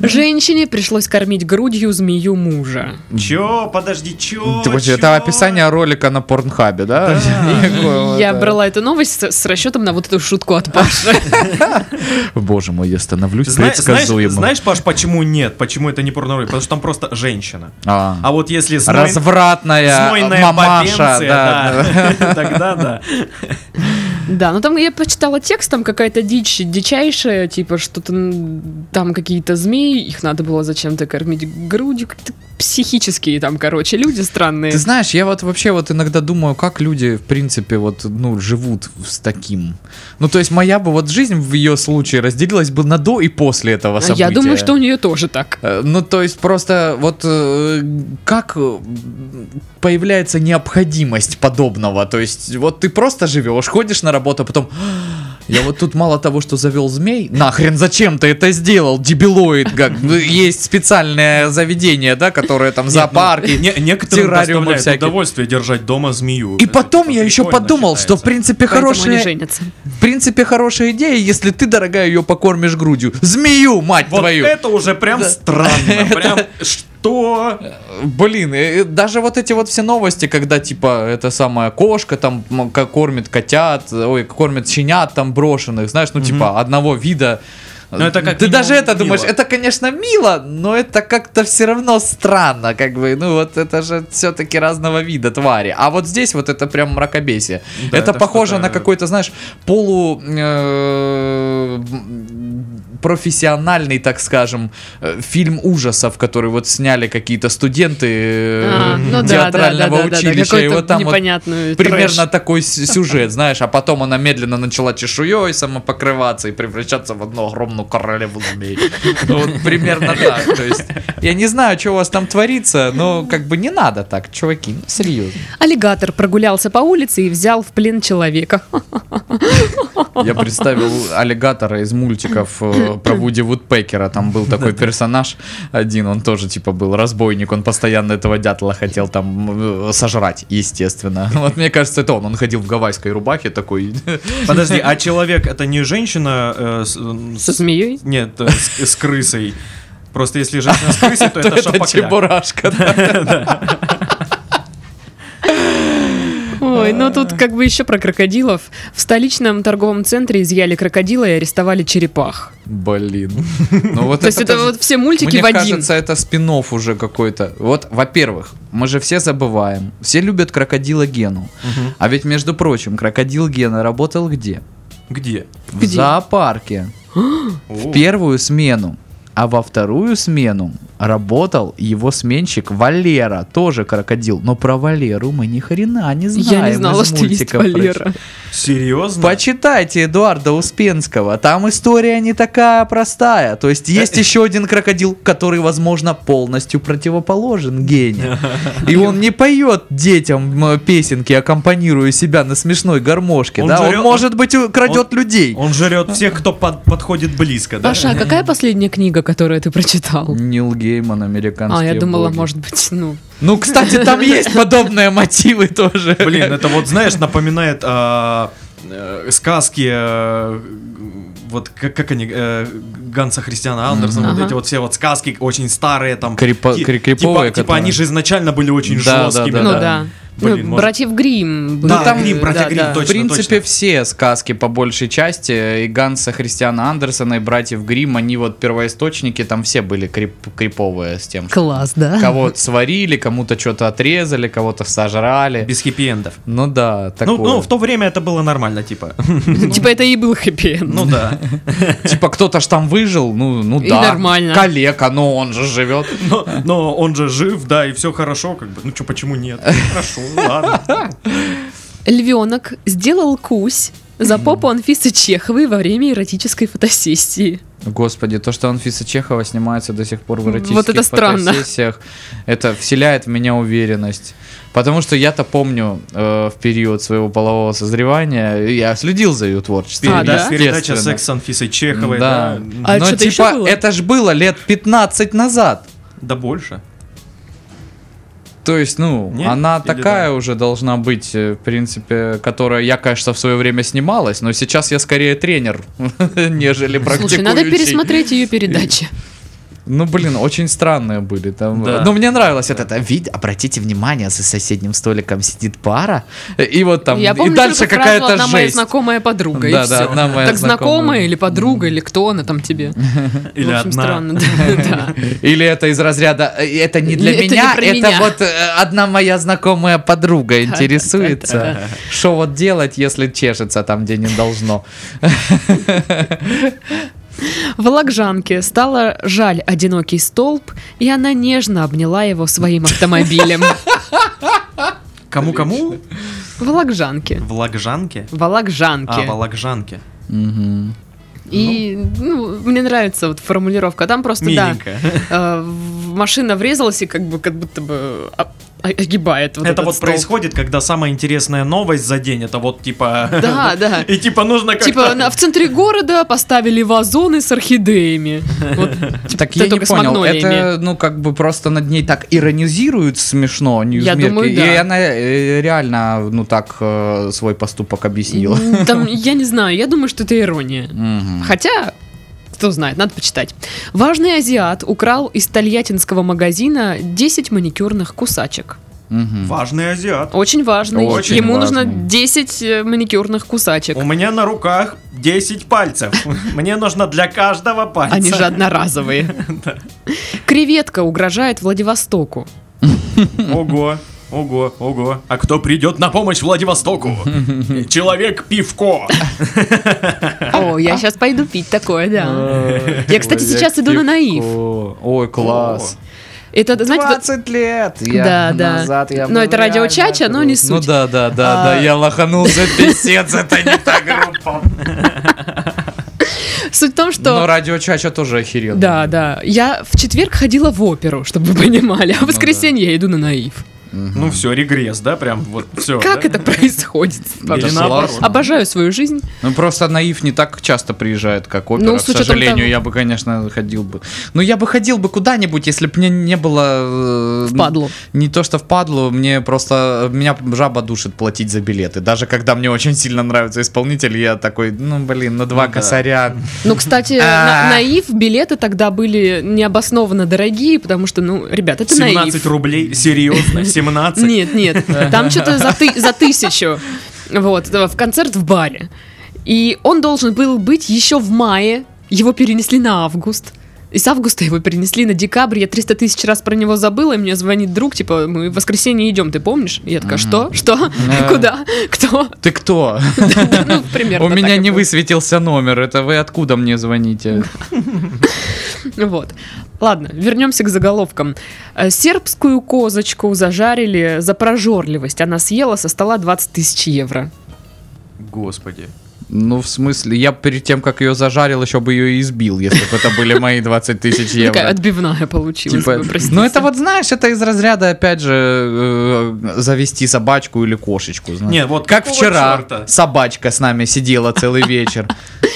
Speaker 2: Женщине пришлось кормить грудью змею мужа.
Speaker 3: Чё, подожди, чё?
Speaker 1: Ты хочешь,
Speaker 3: чё?
Speaker 1: Типа, Это описание ролика на порнхабе, да? Какое
Speaker 2: Я
Speaker 1: это?
Speaker 2: брала эту новость с, с расчетом на вот эту шутку от Паши.
Speaker 1: Боже мой, я становлюсь
Speaker 3: Зна-
Speaker 1: предсказуемым.
Speaker 3: Знаешь, знаешь, Паш, почему нет? Почему это не порноролик? Потому что там просто женщина.
Speaker 1: А.
Speaker 3: А вот если знойн-
Speaker 1: Развратная
Speaker 3: знойная
Speaker 1: мамаша,
Speaker 3: бабенция,
Speaker 1: да.
Speaker 3: да, тогда да.
Speaker 2: Да, ну там я почитала текст, там какая-то дичь, дичайшая, типа что-то м, там какие-то змеи, их надо было зачем-то кормить грудью, как-то психические там, короче, люди странные.
Speaker 1: Ты знаешь, я вот вообще вот иногда думаю, как люди, в принципе, вот, ну, живут с таким. Ну, то есть моя бы вот жизнь в ее случае разделилась бы на до и после этого
Speaker 2: А
Speaker 1: события.
Speaker 2: Я думаю, что у нее тоже так.
Speaker 1: Э, Ну, то есть просто вот э, как э, появляется необходимость подобного? То есть вот ты просто живешь, ходишь на работу, а потом... «А, Я вот тут мало того, что завел змей, нахрен зачем ты это сделал, дебилоид, как Ну, есть специальное заведение, да, которое там
Speaker 2: ну,
Speaker 1: зоопарки,
Speaker 3: Не- Некоторым
Speaker 1: террариумы
Speaker 3: доставляет
Speaker 1: всякие.
Speaker 3: удовольствие держать дома змею.
Speaker 1: и
Speaker 3: Это
Speaker 1: потом
Speaker 3: типа
Speaker 1: я еще
Speaker 3: прикольно
Speaker 1: подумал, что в
Speaker 3: считается.
Speaker 1: принципе
Speaker 2: Поэтому они
Speaker 1: хорошая,
Speaker 2: женятся.
Speaker 1: в принципе хорошая идея, если ты, дорогая, ее покормишь грудью. Змею, мать
Speaker 3: Вот
Speaker 1: твою!
Speaker 3: это уже прям странно. Прям что?
Speaker 1: Блин, э, э, даже вот эти вот все новости, когда типа это самая кошка там м, ко- кормит котят, э, ой, кормит щенят там брошенных, знаешь, ну типа одного вида.
Speaker 3: Ну, это как
Speaker 1: Ты
Speaker 3: минимум
Speaker 1: даже это
Speaker 3: мило.
Speaker 1: думаешь, это, конечно, мило, но это как-то все равно странно, как бы, ну вот это же все-таки разного вида твари. А вот здесь вот это прям мракобесие.
Speaker 3: Да,
Speaker 1: это,
Speaker 3: это
Speaker 1: похоже
Speaker 3: что-то-
Speaker 1: на какой-то, знаешь, полу... э, м, профессиональный, так скажем, э, фильм ужасов, который вот сняли какие-то студенты э,
Speaker 2: А, ну да, да,
Speaker 1: театрального
Speaker 2: да, да, да,
Speaker 1: училища, и
Speaker 2: какой-то
Speaker 1: вот там вот
Speaker 2: непонятную
Speaker 1: примерно
Speaker 2: трэш.
Speaker 1: такой с- сюжет, знаешь, а потом она медленно начала чешуей самопокрываться и превращаться в одну огромную королеву змей. Ну, Вот примерно так, то есть я не знаю, что у вас там творится, но как бы не надо так, чуваки, ну, серьезно.
Speaker 2: Аллигатор прогулялся по улице и взял в плен человека.
Speaker 1: Я представил аллигатора из мультиков э, про Вуди Вудпекера. Там был такой персонаж один, он тоже типа был разбойник, он постоянно этого дятла хотел там э, сожрать, естественно. Вот мне кажется, это он. Он ходил в гавайской рубахе такой.
Speaker 3: Подожди, а человек это не женщина э, с- м,
Speaker 2: Со
Speaker 3: с-
Speaker 2: змеей?
Speaker 3: Нет, э, с с крысой. Просто если женщина с крысой, то это
Speaker 1: Это
Speaker 3: шапокляк.
Speaker 1: чебурашка. да.
Speaker 2: Ой, ну тут как бы еще про крокодилов. В столичном торговом центре изъяли крокодила и арестовали черепах.
Speaker 1: Блин. Ну вот
Speaker 2: То есть это
Speaker 1: тоже-
Speaker 2: вот все мультики
Speaker 1: Мне
Speaker 2: в один.
Speaker 1: кажется, это спин уже какой-то. Вот, во-первых, мы же все забываем. Все любят крокодила Гену. А ведь, между прочим, крокодил Гена работал где?
Speaker 3: Где?
Speaker 1: В
Speaker 2: Где?
Speaker 1: зоопарке.
Speaker 3: О.
Speaker 1: В первую смену. А во вторую смену работал его сменщик Валера, тоже крокодил. Но про Валеру мы ни хрена не знаем.
Speaker 2: Я не
Speaker 1: из
Speaker 2: знала, что есть
Speaker 1: мультиков про-
Speaker 2: Валера.
Speaker 3: Серьезно?
Speaker 1: Почитайте Эдуарда Успенского. Там история не такая простая. То есть есть еще один крокодил, который, возможно, полностью противоположен гению. И он не поет детям м, песенки, аккомпанируя себя на смешной гармошке.
Speaker 3: Он
Speaker 1: да?
Speaker 3: жрет-
Speaker 1: Он, может быть, у- крадет людей.
Speaker 3: Он жрет всех, кто под- подходит близко, да?
Speaker 2: Паша, а какая последняя книга, которую ты прочитал?
Speaker 1: Нил Гейман, американский.
Speaker 2: А, я думала, может быть, ну...
Speaker 1: Ну, кстати, там есть подобные мотивы тоже.
Speaker 3: Блин, это вот, знаешь, напоминает а, э, сказки, э, вот как, как они, э, Ганса Христиана Андерсона, вот
Speaker 2: Ага.
Speaker 3: эти вот все вот сказки очень старые там.
Speaker 1: Крипо-
Speaker 3: Ки-
Speaker 1: кри-
Speaker 3: типа-
Speaker 1: криповые,
Speaker 3: типа,
Speaker 1: которые-
Speaker 3: они же изначально были очень
Speaker 1: Да, да,
Speaker 3: жесткими.
Speaker 1: да,
Speaker 2: ну
Speaker 1: да.
Speaker 2: да.
Speaker 3: Блин,
Speaker 2: ну,
Speaker 3: может-
Speaker 2: братьев Грим.
Speaker 3: Да, Гримм, братья Гримм,
Speaker 1: В
Speaker 3: Точно,
Speaker 1: принципе,
Speaker 3: точно.
Speaker 1: все сказки по большей части и Ганса Христиана Андерсона, и братьев Гримм, они вот первоисточники, там все были крип- криповые с тем, что
Speaker 2: Класс, да?
Speaker 1: кого-то сварили, кому-то что-то отрезали, кого-то сожрали.
Speaker 3: Без хиппи-эндов.
Speaker 1: Ну да, такое.
Speaker 3: Ну, ну, в то время это было нормально, типа.
Speaker 2: Типа это и был хэппи
Speaker 3: Ну да.
Speaker 1: Типа кто-то ж там выжил, ну, ну
Speaker 2: И
Speaker 1: да.
Speaker 2: нормально.
Speaker 1: Калека, но он же живет.
Speaker 3: Но, но он же жив, да, и все хорошо, как бы. Ну А, что, почему нет? Хорошо, ладно.
Speaker 2: Львенок сделал кусь, за попу Анфисы Чеховой во время эротической фотосессии.
Speaker 1: Господи, то, что Анфиса Чехова снимается до сих пор в
Speaker 2: Вот
Speaker 1: эротических
Speaker 2: это странно.
Speaker 1: фотосессиях, это вселяет в меня уверенность. Потому что я-то помню э, в период своего полового созревания, я следил за ее творчеством.
Speaker 2: А, да?
Speaker 3: Передача
Speaker 1: естественно.
Speaker 3: «Секс» с Анфисой Чеховой,
Speaker 1: Да.
Speaker 3: да.
Speaker 2: А
Speaker 1: Но
Speaker 2: что-то еще
Speaker 1: типа,
Speaker 2: было?
Speaker 1: это ж было лет 15 назад.
Speaker 3: Да больше.
Speaker 1: То есть, ну,
Speaker 3: Не?
Speaker 1: она
Speaker 3: Или
Speaker 1: такая
Speaker 3: да?
Speaker 1: уже должна быть, э, в принципе, которая я, конечно, в свое время снималась, но сейчас я скорее тренер, нежели практикующий.
Speaker 2: Слушай, надо пересмотреть ее передачи.
Speaker 1: Ну, блин, очень странные были там.
Speaker 3: Да.
Speaker 1: Но мне нравилось вот это. Вид, обратите внимание, за соседним столиком сидит пара. И вот там,
Speaker 2: Я помню,
Speaker 1: и дальше
Speaker 2: только фразу
Speaker 1: какая-то
Speaker 2: одна моя
Speaker 1: жесть.
Speaker 2: знакомая подруга, и
Speaker 1: Да, да,
Speaker 2: всё.
Speaker 1: одна моя
Speaker 2: Так знакомая
Speaker 1: знакомая.
Speaker 2: или подруга, или кто она там тебе?
Speaker 3: Или
Speaker 2: В общем,
Speaker 3: одна.
Speaker 2: странно, да, да.
Speaker 1: Или это из разряда «Э, это не для
Speaker 2: Не, это не
Speaker 1: меня,
Speaker 2: про
Speaker 1: это
Speaker 2: меня».
Speaker 1: вот э, одна моя знакомая подруга интересуется, что вот делать, если чешется там, где не должно.
Speaker 2: В Лакжанке стало жаль одинокий столб, и она нежно обняла его своим автомобилем.
Speaker 3: Кому-кому?
Speaker 2: В Лакжанке.
Speaker 3: В Лагжанке?
Speaker 2: В
Speaker 3: А, в
Speaker 2: Лакжанке.
Speaker 3: Лагжанке.
Speaker 1: Мгм.
Speaker 2: И ну, мне нравится вот формулировка. Там просто, да,
Speaker 3: Миленько.
Speaker 2: э, в- машина врезалась и как бы как будто бы о- о- огибает вот
Speaker 3: Это
Speaker 2: этот
Speaker 3: вот
Speaker 2: столб.
Speaker 3: происходит, когда самая интересная новость за день, это вот типа...
Speaker 2: Да, да.
Speaker 3: И типа нужно как-то...
Speaker 2: Типа на- в центре города поставили вазоны с орхидеями. Вот, типа,
Speaker 1: Так
Speaker 2: ты
Speaker 1: я не
Speaker 2: только с
Speaker 1: понял,
Speaker 2: магнолиями.
Speaker 1: это ну как бы просто над ней так иронизируют смешно
Speaker 2: Я
Speaker 1: ньюзмерки,
Speaker 2: думаю, да.
Speaker 1: и она э, реально ну так э, свой поступок объяснила.
Speaker 2: М, Там, я не знаю, я думаю, что это ирония.
Speaker 1: Мгм.
Speaker 2: Хотя, кто знает, надо почитать. Важный азиат украл из тольяттинского магазина 10 маникюрных кусачек.
Speaker 1: Мгм.
Speaker 3: Важный азиат.
Speaker 2: Очень важный.
Speaker 1: Очень
Speaker 2: Ему
Speaker 1: важный.
Speaker 2: нужно 10 э, маникюрных кусачек.
Speaker 3: У меня на руках 10 пальцев. Мне нужно для каждого пальца.
Speaker 2: Они же одноразовые. Креветка угрожает Владивостоку.
Speaker 3: Ого, ого, ого. А кто придет на помощь Владивостоку? Человек пивко.
Speaker 2: О, я сейчас пойду пить такое, да.
Speaker 1: Э,
Speaker 2: Я, кстати, сейчас иду на наив.
Speaker 1: О, Ой, класс.
Speaker 2: Это, знаете, вот-
Speaker 1: 20 лет!
Speaker 2: Да, да. Но это радио
Speaker 1: реально
Speaker 2: Чача, но
Speaker 1: груст.
Speaker 2: не суть.
Speaker 1: Ну да, да, да,
Speaker 2: А.
Speaker 1: да, я лоханулся, писец, это не та группа.
Speaker 2: суть в том,
Speaker 1: Но
Speaker 2: что...
Speaker 1: радио Чача тоже охеренно.
Speaker 2: Да, да. Я в четверг ходила в оперу, чтобы вы понимали,
Speaker 1: Ну
Speaker 2: а в воскресенье я иду на наив.
Speaker 3: Ну все, регресс, да? Прям вот все.
Speaker 2: Как это происходит?
Speaker 1: Это
Speaker 3: Или наоборот.
Speaker 1: классно.
Speaker 2: Обожаю свою жизнь.
Speaker 1: Ну просто Наив не так часто приезжает, как опера,
Speaker 2: Ну,
Speaker 1: к
Speaker 2: с учетом
Speaker 1: сожалению,
Speaker 2: того-
Speaker 1: я бы, конечно, ходил бы. Ну я бы ходил бы куда-нибудь, если бы мне не было... э,
Speaker 2: Впадлу.
Speaker 1: Не то что впадлу, мне просто... Меня жаба душит платить за билеты. Даже когда мне очень сильно нравится исполнитель, я такой, ну блин, ну два
Speaker 3: да.
Speaker 1: косаря.
Speaker 2: Ну, кстати, на-
Speaker 1: А.
Speaker 2: наив билеты тогда были необоснованно дорогие, потому что, ну, ребят, это
Speaker 3: 17
Speaker 2: наив.
Speaker 3: рублей? Серьезно? 17?
Speaker 2: Нет, нет, там что-то за, ты- за тысячу. Вот, да, в концерт в баре. И он должен был быть еще в мае, его перенесли на август. И с августа его перенесли на декабрь, я 300 тысяч раз про него забыла, и мне звонит друг, типа, мы в воскресенье идем, ты помнишь? И я такая, что? Что?
Speaker 1: Да.
Speaker 2: Куда? Кто?
Speaker 1: Ты кто?
Speaker 2: Ну, примерно
Speaker 1: У
Speaker 2: так
Speaker 1: меня
Speaker 2: и
Speaker 1: не
Speaker 2: было.
Speaker 1: высветился номер, это вы откуда мне звоните?
Speaker 2: Вот. Ладно, вернемся к заголовкам. Э, Сербскую козочку зажарили за прожорливость. Она съела со стола 20 тысяч евро.
Speaker 3: Господи.
Speaker 1: Ну, в смысле, я перед тем, как ее зажарил, еще бы ее и избил, если бы это были мои 20 тысяч
Speaker 2: Ну, Такая
Speaker 1: евро.
Speaker 2: отбивная получилась.
Speaker 1: Типа,
Speaker 2: вы простите.
Speaker 1: ну это вот, знаешь, это из разряда, опять же, э, завести собачку или кошечку. знаешь.
Speaker 3: Не, вот
Speaker 1: как
Speaker 3: какого
Speaker 1: вчера
Speaker 3: чёрта?
Speaker 1: собачка с нами сидела целый вечер.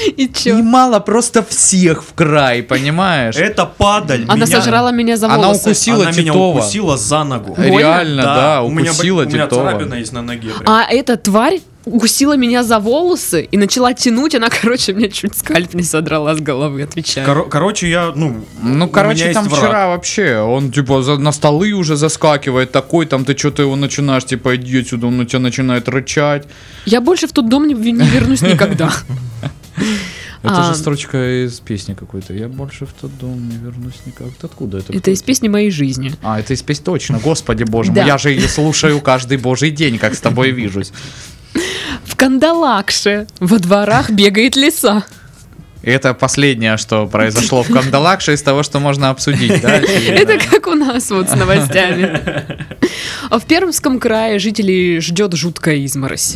Speaker 2: И
Speaker 1: И
Speaker 2: чё?
Speaker 1: мало просто всех в край, понимаешь?
Speaker 3: Это падаль.
Speaker 2: Она
Speaker 3: меня-
Speaker 2: сожрала меня за
Speaker 1: Она
Speaker 2: волосы.
Speaker 1: укусила
Speaker 3: Она меня
Speaker 1: Титова.
Speaker 3: укусила за ногу.
Speaker 2: Больно?
Speaker 1: Реально, да,
Speaker 3: у меня бо-
Speaker 1: укусила
Speaker 3: У меня
Speaker 1: Титова.
Speaker 3: царапина есть на ноге. прям.
Speaker 2: А эта тварь укусила меня за волосы и начала тянуть. Она, короче, мне чуть скальп не содрала с головы, отвечаю.
Speaker 3: Коро- короче, я, ну,
Speaker 1: А, Ну,
Speaker 3: у меня
Speaker 1: короче,
Speaker 3: есть
Speaker 1: там
Speaker 3: враг.
Speaker 1: вчера вообще, он типа за- на столы уже заскакивает такой, там ты что-то его начинаешь, типа, иди отсюда, он на тебя начинает рычать.
Speaker 2: Я больше в тот дом не, не вернусь никогда.
Speaker 1: Это
Speaker 2: А.
Speaker 1: же строчка из песни какой-то. Я больше в тот дом не вернусь никак. Это Откуда это?
Speaker 2: Это из песни моей жизни.
Speaker 1: А, это из песни точно. Господи боже
Speaker 2: Да.
Speaker 1: мой, я же ее слушаю каждый божий день, как с тобой вижусь.
Speaker 2: В Кандалакше во дворах бегает лиса.
Speaker 1: И это последнее, что произошло в Кандалакше из того, что можно обсудить, да? очевидно?
Speaker 2: Это как у нас вот с новостями. А В Пермском крае жителей ждет жуткая изморозь.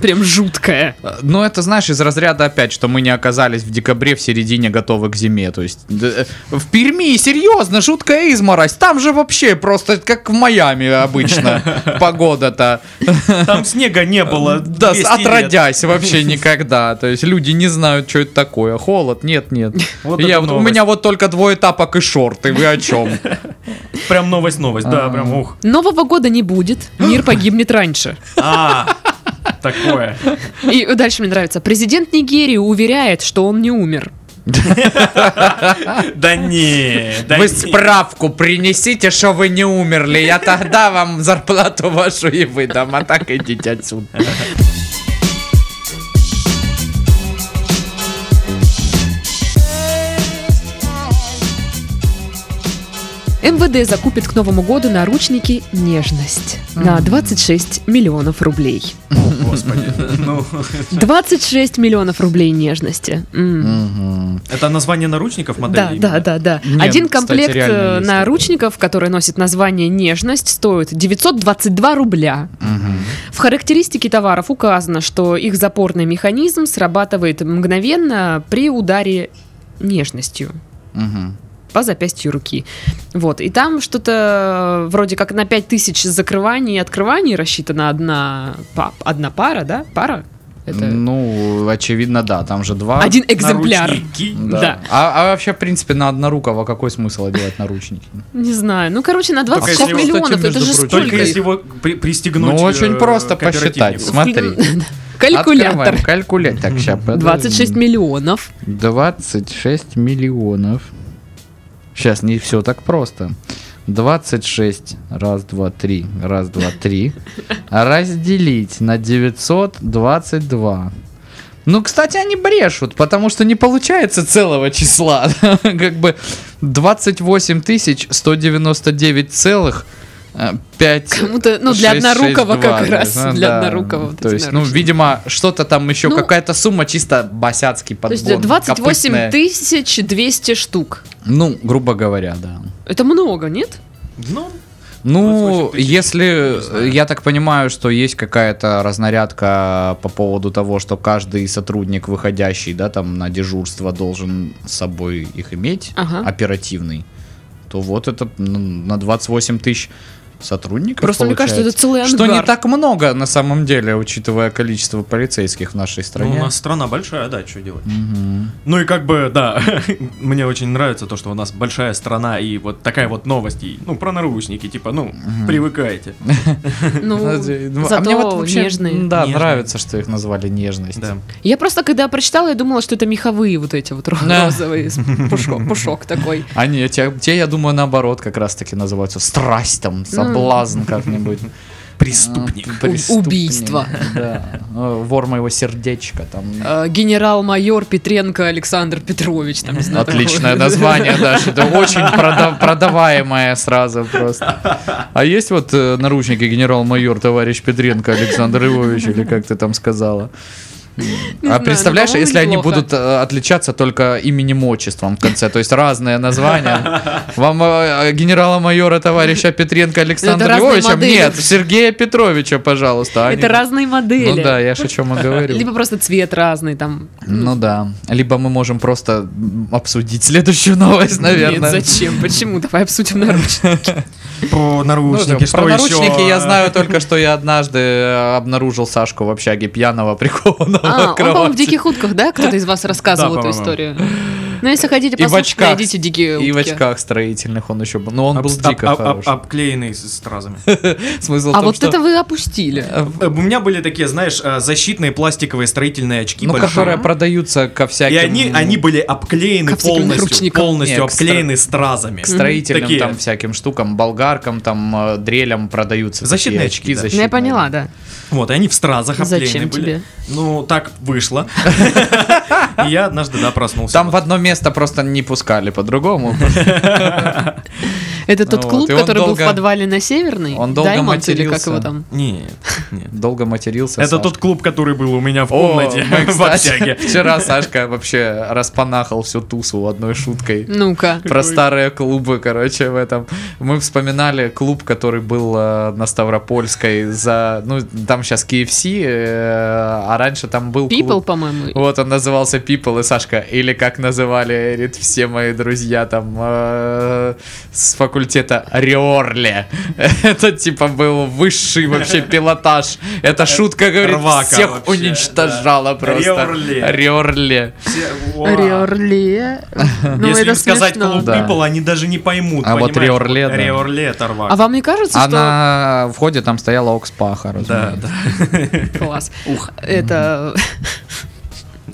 Speaker 2: Прям жуткая.
Speaker 1: Ну, это, знаешь, из разряда опять, что мы не оказались в декабре в середине готовы к зиме. То есть, д- э, в Перми, серьезно, жуткая изморозь. Там же вообще просто как в Майами обычно погода-то.
Speaker 3: Там снега не было.
Speaker 1: Да,
Speaker 3: 200 лет.
Speaker 1: отродясь вообще никогда. То есть, люди не знают, что это такое. Холод, нет, нет.
Speaker 3: Вот
Speaker 1: Я
Speaker 3: это
Speaker 1: вот- У
Speaker 3: новость.
Speaker 1: меня вот только двое тапок и шорты. Вы о чем?
Speaker 3: Прям новость-новость, да,
Speaker 1: А.
Speaker 3: прям ух.
Speaker 2: Нового года не будет, мир погибнет раньше.
Speaker 3: А, такое.
Speaker 2: И дальше мне нравится. Президент Нигерии уверяет, что он не умер.
Speaker 3: Да не, да
Speaker 1: Вы
Speaker 3: не.
Speaker 1: справку принесите, что вы не умерли. Я тогда вам зарплату вашу и выдам. А так идите отсюда.
Speaker 2: МВД закупит к Новому году наручники «Нежность» на 26 миллионов рублей.
Speaker 3: О, Господи. Ну,
Speaker 2: 26 миллионов рублей нежности. М.
Speaker 3: это название наручников
Speaker 2: Да,
Speaker 3: модели?
Speaker 2: да, да, да.
Speaker 1: Нет,
Speaker 2: Один
Speaker 1: кстати,
Speaker 2: комплект
Speaker 1: реально
Speaker 2: э,
Speaker 1: есть такое.
Speaker 2: наручников, который носит название «Нежность», стоит 922 рубля. В характеристике товаров указано, что их запорный механизм срабатывает мгновенно при ударе нежностью по запястью руки. Вот. И там что-то э, вроде как на 5000 закрываний и открываний рассчитана одна, па- одна пара, да? Пара? Это
Speaker 1: Ну, очевидно, да. Там же два.
Speaker 2: один экземпляр.
Speaker 3: Наручники?
Speaker 1: Да.
Speaker 2: да.
Speaker 1: А, а вообще, в принципе, на однорукого какой смысл одевать наручники?
Speaker 2: Не знаю. Ну, короче, на
Speaker 1: Только
Speaker 2: 26
Speaker 3: если его,
Speaker 1: кстати,
Speaker 2: миллионов. это
Speaker 1: между
Speaker 2: же
Speaker 1: прочим,
Speaker 2: столько.
Speaker 3: Только
Speaker 2: их.
Speaker 3: если его при- пристегнуть
Speaker 1: Ну, очень
Speaker 3: э,
Speaker 1: просто посчитать.
Speaker 3: кооперативнику.
Speaker 1: Смотри.
Speaker 2: Калькулятор.
Speaker 1: Калькулятор. Так, сейчас.
Speaker 2: 26 миллионов.
Speaker 1: 26 миллионов. Сейчас не все так просто. 26, раз, два, три, раз, два, три, А разделить на 922. Ну, кстати, они брешут, потому что не получается целого числа. Как бы 28 тысяч 199 целых э, пять
Speaker 2: Кому-то, ну, для
Speaker 1: 6,
Speaker 2: однорукого
Speaker 1: 6, 2,
Speaker 2: как раз.
Speaker 1: да,
Speaker 2: для
Speaker 1: ну да.
Speaker 2: однорукого. вот
Speaker 1: То
Speaker 2: эти
Speaker 1: есть, ну,
Speaker 2: наручники.
Speaker 1: видимо, что-то там еще,
Speaker 2: Ну,
Speaker 1: какая-то сумма чисто босяцкий
Speaker 2: То
Speaker 1: подгон.
Speaker 2: есть 28
Speaker 1: копытная.
Speaker 2: тысяч 200 штук.
Speaker 1: Ну, грубо говоря, да.
Speaker 2: Это много, нет?
Speaker 3: Ну,
Speaker 1: Ну,
Speaker 3: 28 тысяч, не
Speaker 1: если,
Speaker 3: знаю.
Speaker 1: я так понимаю, что есть какая-то разнарядка по поводу того, что каждый сотрудник, выходящий, да, там, на дежурство должен с собой их иметь,
Speaker 2: Ага.
Speaker 1: оперативный, то вот это ну, на 28 тысяч сотрудников
Speaker 2: Просто мне кажется, это
Speaker 1: получается.
Speaker 2: целый ангар.
Speaker 1: Что не так много, на самом деле, учитывая количество полицейских в нашей
Speaker 3: ну, у
Speaker 1: стране.
Speaker 3: нас страна большая, да, что делать.
Speaker 1: Мгм.
Speaker 3: Ну и как бы, да, мне очень нравится то, что у нас большая страна и вот такая вот новость. И, ну, про наручники, типа, ну, привыкайте.
Speaker 2: Ну,
Speaker 1: Ну,
Speaker 2: зато
Speaker 1: а мне вот вообще,
Speaker 2: нежные.
Speaker 1: м, Да,
Speaker 3: Нежные.
Speaker 1: нравится, что их назвали нежность.
Speaker 3: Да.
Speaker 2: Я просто, когда прочитала, я думала, что это меховые вот эти вот ро-
Speaker 1: Да.
Speaker 2: розовые, с пушком- пушок такой.
Speaker 1: А не, те, те, я думаю, наоборот, как раз таки называются страсть
Speaker 2: Ну.
Speaker 1: там, соблазн как-нибудь.
Speaker 3: Преступник.
Speaker 1: А, преступник,
Speaker 2: убийство.
Speaker 1: Да. Э, Вор моего сердечка там.
Speaker 3: А
Speaker 2: Э, Генерал-майор Петренко Александр Петрович, там, не знаю. такой.
Speaker 1: Отличное название, даже. Это очень прода- продаваемое сразу просто. А есть вот э, наручники генерал-майор товарищ Петренко Александр Ивович, или как ты там сказала?
Speaker 2: Не
Speaker 1: а
Speaker 2: знаю,
Speaker 1: представляешь,
Speaker 2: ну, по-моему,
Speaker 1: если они
Speaker 2: неплохо.
Speaker 1: будут э, отличаться только именем отчеством в конце, то есть разное название. Вам э, генерала-майора товарища Петренко Александра
Speaker 2: разные
Speaker 1: Львовича?
Speaker 2: модели.
Speaker 1: Нет, Сергея Петровича, пожалуйста. а
Speaker 2: Это
Speaker 1: не-
Speaker 2: разные модели.
Speaker 1: Ну да, я шучу, мы говорю.
Speaker 2: Либо просто цвет разный там.
Speaker 1: Ну да. Либо мы можем просто м, обсудить следующую новость, наверное.
Speaker 2: Нет, зачем? Почему? Давай обсудим наручники.
Speaker 3: Про
Speaker 1: Ну, да,
Speaker 3: наручники, что
Speaker 1: про
Speaker 3: ещё?
Speaker 1: наручники я знаю только, что я однажды э, обнаружил Сашку в общаге пьяного, прикованного
Speaker 2: А,
Speaker 1: к
Speaker 2: он, по-моему, в
Speaker 1: кровати.
Speaker 2: «Диких утках», да? Кто-то из вас рассказывал
Speaker 3: Да,
Speaker 2: эту
Speaker 3: по-моему.
Speaker 2: историю. Ну, если хотите
Speaker 1: И в
Speaker 2: послушать,
Speaker 1: очках.
Speaker 2: найдите «Дикие
Speaker 1: И в
Speaker 2: утки».
Speaker 1: очках строительных он еще был. Но он
Speaker 3: Об-
Speaker 1: был
Speaker 3: об-
Speaker 1: дико
Speaker 3: об- об-
Speaker 1: хороший.
Speaker 3: Обклеенный с- стразами.
Speaker 1: Смысл в
Speaker 2: А
Speaker 1: том,
Speaker 2: вот
Speaker 1: что-
Speaker 2: это вы опустили. Ну,
Speaker 1: Э,
Speaker 3: Э, У меня были такие, знаешь, э, защитные пластиковые строительные очки.
Speaker 1: Ну,
Speaker 3: большие.
Speaker 2: а?
Speaker 1: которые продаются ко всяким...
Speaker 3: И они, они были обклеены
Speaker 2: Ко всяким
Speaker 3: полностью,
Speaker 2: наручникам.
Speaker 1: Не,
Speaker 3: полностью
Speaker 1: к стра-
Speaker 3: обклеены стразами.
Speaker 1: к строительным
Speaker 3: Такие.
Speaker 1: там всяким штукам, болгаркам, там э, дрелям продаются.
Speaker 3: Защитные
Speaker 1: такие
Speaker 3: очки, да. Ну,
Speaker 2: Ну,
Speaker 3: я
Speaker 1: защитные.
Speaker 2: я поняла, да.
Speaker 3: Вот, и они в стразах обклеены
Speaker 2: Зачем
Speaker 3: были.
Speaker 2: тебе?
Speaker 3: Ну, так вышло. И я однажды, да, проснулся.
Speaker 1: Там в
Speaker 3: Вот.
Speaker 1: одно место просто не пускали по-другому.
Speaker 2: Это тот
Speaker 1: Ну Вот,
Speaker 2: клуб,
Speaker 1: и он
Speaker 2: который был в
Speaker 1: долго-
Speaker 2: подвале на Северной?
Speaker 1: он долго э.
Speaker 2: Diamonds или как
Speaker 1: матерился.
Speaker 2: его там?
Speaker 3: Нет, нет.
Speaker 1: Долго матерился.
Speaker 3: Это
Speaker 1: Сашка.
Speaker 3: тот клуб, который был у меня в
Speaker 1: О,
Speaker 3: комнате
Speaker 1: мы,
Speaker 3: в
Speaker 1: кстати,
Speaker 3: общаге.
Speaker 1: Вчера Сашка вообще распанахал всю тусу одной шуткой.
Speaker 2: Ну-ка.
Speaker 1: Про старые клубы, короче, в этом. Мы вспоминали клуб, который был э, на Ставропольской за... Ну, там сейчас KFC, э, а раньше там был
Speaker 2: People,
Speaker 1: клуб.
Speaker 2: по-моему.
Speaker 1: Вот он назывался People и Сашка, или как называли говорит, все мои друзья там э, с факультета Риорле. Это типа был высший вообще пилотаж. Эта шутка, говорит,
Speaker 3: Э, рвака
Speaker 1: всех
Speaker 3: вообще,
Speaker 1: уничтожала
Speaker 3: да.
Speaker 1: просто.
Speaker 3: Риорле.
Speaker 1: Риорле.
Speaker 3: Все, уа.
Speaker 2: Риорле. Ну,
Speaker 3: Если
Speaker 2: это
Speaker 3: им сказать
Speaker 2: смешно.
Speaker 3: клуб
Speaker 1: Да.
Speaker 3: People, они даже не поймут.
Speaker 1: А вот
Speaker 3: понимаешь?
Speaker 1: Риорле, да.
Speaker 3: Риорле это рвак.
Speaker 2: А вам не кажется, что...
Speaker 1: Она в входе там стояла Окспаха,
Speaker 3: Да,
Speaker 1: разумеется.
Speaker 3: да.
Speaker 2: Класс. Это...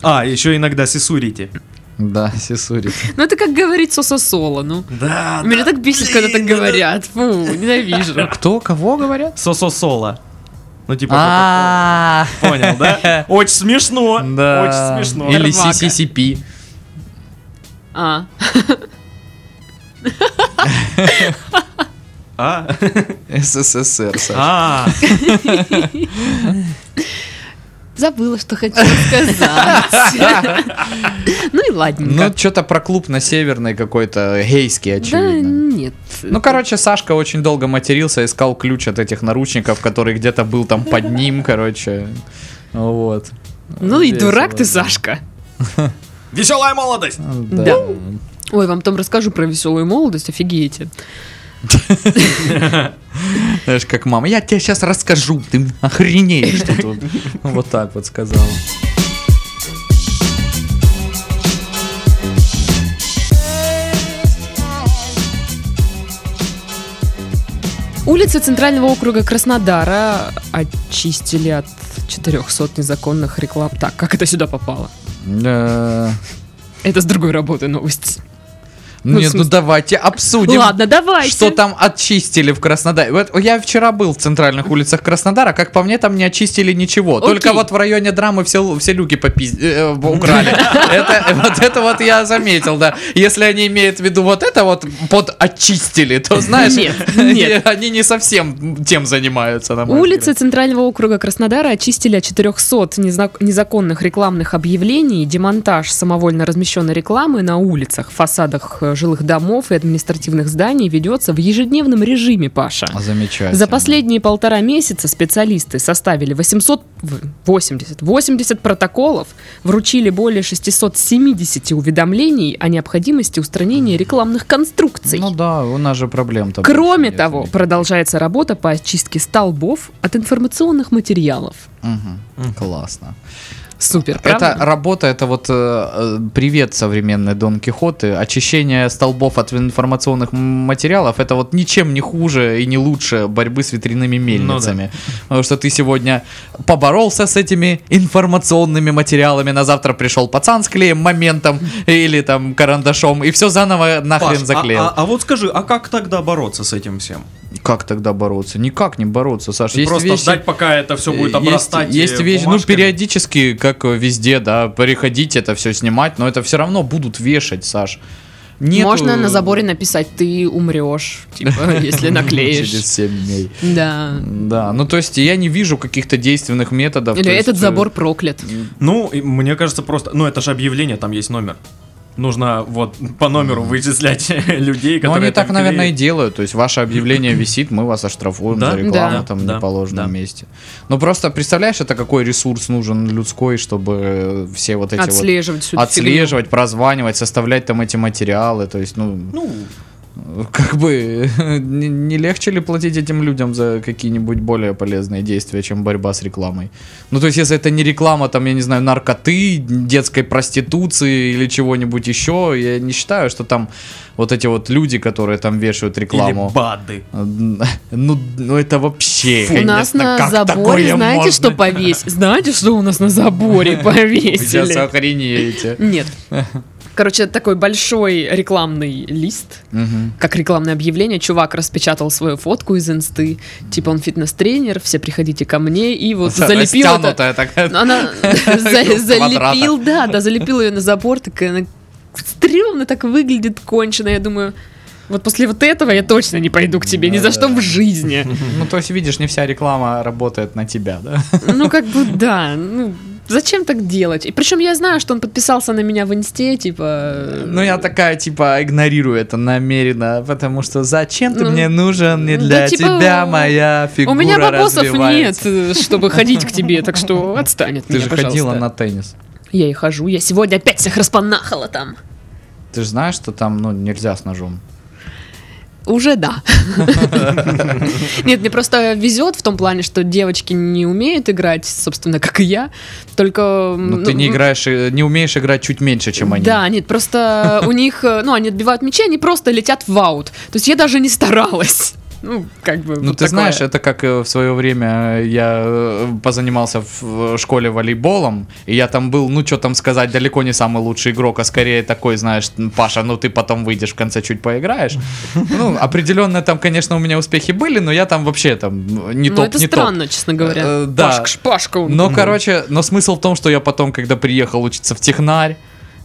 Speaker 3: А, еще иногда сисурите.
Speaker 1: Да, сисури.
Speaker 2: Ну, это как говорить сосо-соло, ну.
Speaker 3: Да,
Speaker 2: Меня так бесит, когда так говорят. Фу, ненавижу.
Speaker 1: Кто, кого говорят?
Speaker 3: Сосо-соло. Ну, типа,
Speaker 1: А,
Speaker 3: как-то- понял, да? Очень смешно.
Speaker 1: да.
Speaker 3: Очень смешно.
Speaker 1: Или
Speaker 2: Рвака.
Speaker 1: CCCP.
Speaker 2: А,
Speaker 3: А,
Speaker 1: СССР, Саша.
Speaker 3: а,
Speaker 2: забыла, что хотела сказать. Ну и
Speaker 1: Ну,
Speaker 2: ладненько.
Speaker 1: что-то про клуб на Северной какой-то, гейский,
Speaker 2: Да,
Speaker 1: очевидно.
Speaker 2: нет.
Speaker 1: Ну, короче, Сашка очень долго матерился, искал ключ от этих наручников, который где-то был там под ним, короче. Вот.
Speaker 2: Ну и
Speaker 1: Весело,
Speaker 2: дурак
Speaker 1: да.
Speaker 2: ты, Сашка.
Speaker 3: веселая молодость.
Speaker 1: Да.
Speaker 2: Ой, вам там расскажу про веселую молодость, офигеете.
Speaker 1: Знаешь, как мама, я тебе сейчас расскажу, ты охренеешь что тут. Вот так вот сказала.
Speaker 2: Улицы Центрального округа Краснодара очистили от 400 незаконных реклам. Так, как это сюда попало?
Speaker 1: Э,
Speaker 2: Это с другой работы новость. Ну, в
Speaker 1: Нет, ну
Speaker 2: смысле-
Speaker 1: давайте обсудим.
Speaker 2: Ладно, давайте.
Speaker 1: Что там очистили в Краснодаре? Вот я вчера был в центральных улицах Краснодара, как по мне, там не очистили ничего.
Speaker 2: Окей.
Speaker 1: Только вот в районе драмы все, лу- все люки попиз- э, э, украли. Это, вот это вот я заметил, да. Если они имеют в виду вот это вот под очистили, то знаешь,
Speaker 2: Нет, нет.
Speaker 1: они не совсем тем занимаются. на мой
Speaker 2: Улицы
Speaker 1: взгляд.
Speaker 2: Центрального округа Краснодара очистили от 400 незнак- незаконных рекламных объявлений, демонтаж самовольно размещенной рекламы на улицах, фасадах э, жилых домов и административных зданий ведется в ежедневном режиме, Паша.
Speaker 1: Замечательно.
Speaker 2: За последние полтора месяца специалисты составили 880 80 протоколов, вручили более 670 уведомлений о необходимости устранения рекламных конструкций.
Speaker 1: Ну да, у нас же проблем-то. больше
Speaker 2: Кроме
Speaker 1: нет
Speaker 2: того,
Speaker 1: никаких.
Speaker 2: продолжается работа по очистке столбов от информационных материалов.
Speaker 1: Мгм. Классно.
Speaker 2: Супер,
Speaker 1: Это
Speaker 2: правда?
Speaker 1: работа, это вот э, э, привет современной Дон Кихоты, очищение столбов от информационных м- материалов, это вот ничем не хуже и не лучше борьбы с ветряными
Speaker 3: Ну
Speaker 1: мельницами. Потому что ты сегодня поборолся с этими информационными материалами, на завтра пришел пацан с клеем, моментом или там карандашом, и все заново нахрен
Speaker 3: Паш, а-
Speaker 1: заклеил.
Speaker 3: А а вот скажи, а как тогда бороться с этим всем?
Speaker 1: Как тогда бороться? Никак не бороться, Саш. Есть
Speaker 3: Просто
Speaker 1: вещи-
Speaker 3: ждать, пока это все будет
Speaker 1: Есть-
Speaker 3: обрастать.
Speaker 1: Есть,
Speaker 3: э,
Speaker 1: вещи, ну,
Speaker 3: бумажками?
Speaker 1: периодически, как э, везде, да, приходить, это все снимать, но это все равно будут вешать, Саш. Нету-
Speaker 2: Можно на заборе написать «ты умрешь», типа, если
Speaker 1: Через
Speaker 2: наклеишь.
Speaker 1: 7 дней.
Speaker 2: Да.
Speaker 1: Да, ну то есть я не вижу каких-то действенных методов.
Speaker 2: Или
Speaker 1: то есть,
Speaker 2: этот
Speaker 1: э,
Speaker 2: забор проклят.
Speaker 3: Ну, и мне кажется, просто. Ну, это же объявление, там есть номер. Нужно вот по номеру вычислять людей,
Speaker 1: Ну,
Speaker 3: которые.
Speaker 1: они
Speaker 3: там
Speaker 1: так, наверное, и
Speaker 3: клеят.
Speaker 1: делают. То есть ваше объявление висит, мы вас оштрафуем
Speaker 3: Да,
Speaker 1: за рекламу
Speaker 2: да,
Speaker 1: там в
Speaker 3: да,
Speaker 1: неположенном
Speaker 3: да.
Speaker 1: месте. Ну просто представляешь, это какой ресурс нужен людской, чтобы э, все вот эти вот
Speaker 2: Отслеживать всю эту фигню.
Speaker 1: отслеживать, прозванивать, составлять там эти материалы. То есть, ну,
Speaker 3: Ну,
Speaker 1: как бы не, не легче ли платить этим людям за какие-нибудь более полезные действия, чем борьба с рекламой? Ну, то есть, если это не реклама, там, я не знаю, наркоты, детской проституции или чего-нибудь еще, я не считаю, что там вот эти вот люди, которые там вешают рекламу.
Speaker 3: или бады.
Speaker 1: Ну, ну это вообще.
Speaker 2: У нас
Speaker 1: конечно,
Speaker 2: на
Speaker 1: как
Speaker 2: заборе,
Speaker 1: такое
Speaker 2: знаете,
Speaker 1: можно?
Speaker 2: что повесили? Знаете, что у нас на заборе
Speaker 1: Вы сейчас
Speaker 2: повесили?
Speaker 1: охренеете.
Speaker 2: Нет. Короче, это такой большой рекламный лист,
Speaker 1: Мгм.
Speaker 2: как рекламное объявление, чувак распечатал свою фотку из инсты, типа он фитнес-тренер, все приходите ко мне, и вот залепил это.
Speaker 1: Растянутая такая.
Speaker 2: Ну, Она за- залепил,
Speaker 1: Квадрата.
Speaker 2: да, да, залепил ее на забор, такая она стрёмно так выглядит кончено, я думаю, Вот после вот этого я точно не пойду к тебе, ни за что в жизни.
Speaker 1: Ну, то есть, видишь, не вся реклама работает на тебя, да?
Speaker 2: Ну, как бы, да, ну, зачем так делать? И причем я знаю, что он подписался на меня в инсте, типа...
Speaker 1: Ну, я такая, типа, игнорирую это намеренно, потому что зачем ты
Speaker 2: Ну,
Speaker 1: мне нужен, не
Speaker 2: да,
Speaker 1: для
Speaker 2: типа,
Speaker 1: тебя моя фигура
Speaker 2: У меня бабосов нет,
Speaker 1: развивается».
Speaker 2: э, чтобы ходить к тебе, так что отстань от
Speaker 1: Ты
Speaker 2: меня,
Speaker 1: же ходила
Speaker 2: пожалуйста.
Speaker 1: на теннис.
Speaker 2: Я и хожу, я сегодня опять всех распанахала там.
Speaker 1: Ты же знаешь, что там, ну, нельзя с ножом.
Speaker 2: Уже да. Нет, мне просто везет в том плане, что девочки не умеют играть, собственно, как и я. Только...
Speaker 1: Ну, ты не играешь, э, не умеешь играть чуть меньше, чем они.
Speaker 2: Да, нет, просто у них, э, ну, они отбивают мячи, они просто летят в аут. То есть я даже не старалась. Ну, как бы.
Speaker 1: Ну,
Speaker 2: вот
Speaker 1: ты
Speaker 2: такое.
Speaker 1: знаешь, это как э, в свое время э, я э, позанимался в э, школе волейболом, и я там был, ну, что там сказать, далеко не самый лучший игрок, а скорее такой, знаешь, «М, Паша, ну, ты потом выйдешь, в конце чуть поиграешь. Ну, определенно там, конечно, у меня успехи были, но я там вообще там не
Speaker 2: Ну,
Speaker 1: топ,
Speaker 2: это
Speaker 1: не топ.
Speaker 2: странно, честно говоря.
Speaker 1: Э, да.
Speaker 2: Пашка, шпашка. он.
Speaker 1: Но, Ну, короче, но смысл в том, что я потом, когда приехал учиться в технарь,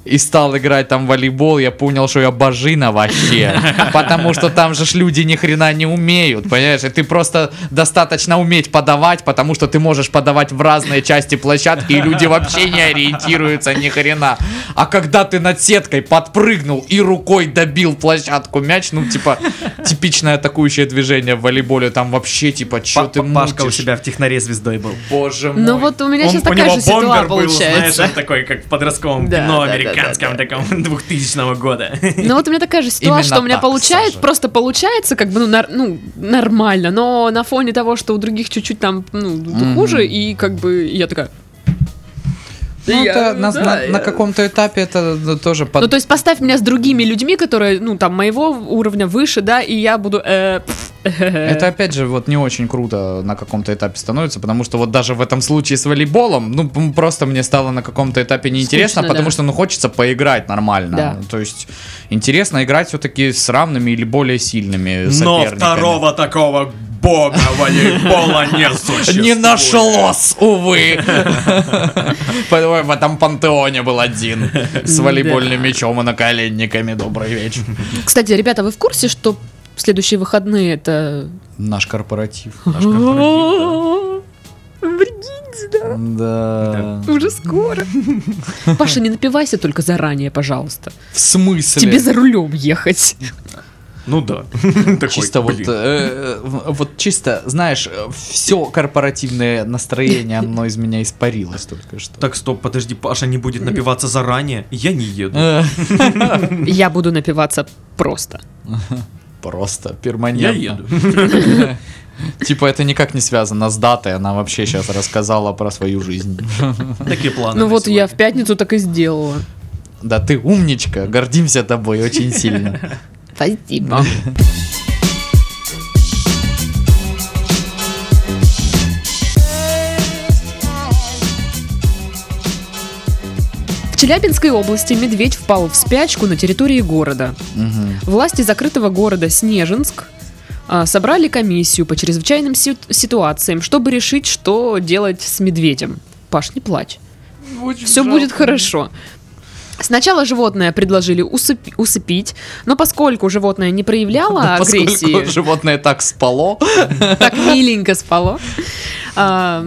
Speaker 1: и стал играть там в волейбол, я понял, что я божина вообще. Потому что там же ж люди ни хрена не умеют, понимаешь? И ты просто достаточно уметь подавать, потому что ты можешь подавать в разные части площадки, и люди вообще не ориентируются ни хрена. А когда ты над сеткой подпрыгнул и рукой добил площадку мяч, ну, типа, типичное атакующее движение в волейболе, там вообще, типа, что ты
Speaker 3: Пашка у
Speaker 1: мутишь?
Speaker 3: себя в технаре звездой был.
Speaker 1: Боже мой.
Speaker 2: Ну вот у меня
Speaker 3: Он-
Speaker 2: сейчас
Speaker 3: у
Speaker 2: такая
Speaker 3: него
Speaker 2: же ситуация
Speaker 3: бомбер был, знаешь,
Speaker 2: получается.
Speaker 3: он такой, как в подростковом
Speaker 2: Да,
Speaker 3: кино
Speaker 2: да, да,
Speaker 3: американском, таком 2000 года.
Speaker 2: Ну вот у меня такая же ситуация,
Speaker 1: Именно
Speaker 2: что у меня
Speaker 1: так,
Speaker 2: получает,
Speaker 1: Саша.
Speaker 2: просто получается, как бы, ну, нар- ну, нормально, но на фоне того, что у других чуть-чуть там, ну, хуже, и как бы я такая...
Speaker 1: Ну,
Speaker 2: Я-
Speaker 1: это на,
Speaker 2: да,
Speaker 1: на-
Speaker 2: я-
Speaker 1: на каком-то этапе это ну, тоже под...
Speaker 2: Ну, то есть поставь меня с другими людьми, которые, ну, там, моего уровня выше, да, и я буду... э, пф, э.
Speaker 1: Это опять же вот не очень круто на каком-то этапе становится, потому что вот даже в этом случае с волейболом, ну м, просто мне стало на каком-то этапе неинтересно,
Speaker 2: Скучно,
Speaker 1: потому
Speaker 2: да.
Speaker 1: что ну хочется поиграть нормально.
Speaker 2: Да.
Speaker 1: То есть интересно играть все-таки с равными или более сильными
Speaker 3: Но
Speaker 1: соперниками.
Speaker 3: второго такого бога волейбола не существует.
Speaker 1: не нашлось, увы. По- В этом пантеоне был один с
Speaker 2: Да.
Speaker 1: волейбольным мячом и наколенниками. Добрый вечер.
Speaker 2: Кстати, ребята, вы в курсе, что в следующие выходные это...
Speaker 1: Наш корпоратив.
Speaker 3: Наш корпоратив,
Speaker 2: Прикиньте, да,
Speaker 1: Да.
Speaker 2: уже скоро. Паша, не напивайся только заранее, пожалуйста.
Speaker 1: В смысле?
Speaker 2: Тебе за рулем ехать.
Speaker 3: да. Ну да. Такой,
Speaker 1: чисто вот,
Speaker 3: блин.
Speaker 1: э, в- вот чисто, знаешь, все корпоративное настроение, оно из меня испарилось только что.
Speaker 3: Так, стоп, подожди, Паша не будет напиваться заранее. Я не еду.
Speaker 1: Э,
Speaker 2: Я буду напиваться просто.
Speaker 1: Просто
Speaker 3: Я
Speaker 1: перманентно.
Speaker 3: еду.
Speaker 1: Типа это никак не связано с датой, она вообще сейчас рассказала про свою жизнь.
Speaker 3: Такие планы.
Speaker 2: Ну
Speaker 3: на
Speaker 2: вот я в
Speaker 3: сегодня.
Speaker 2: пятницу так и сделала.
Speaker 1: Да ты умничка, гордимся тобой очень сильно.
Speaker 2: Спасибо. В Челябинской области медведь впал в спячку на территории города.
Speaker 1: Мгм.
Speaker 2: Власти закрытого города Снежинск а, собрали комиссию по чрезвычайным сит- ситуациям, чтобы решить, что делать с медведем. Паш, не плачь. Все будет хорошо. Сначала животное предложили усып- усыпить, но поскольку животное не проявляло Ну, а агрессии,
Speaker 1: Поскольку животное так спало,
Speaker 2: так миленько спало, а,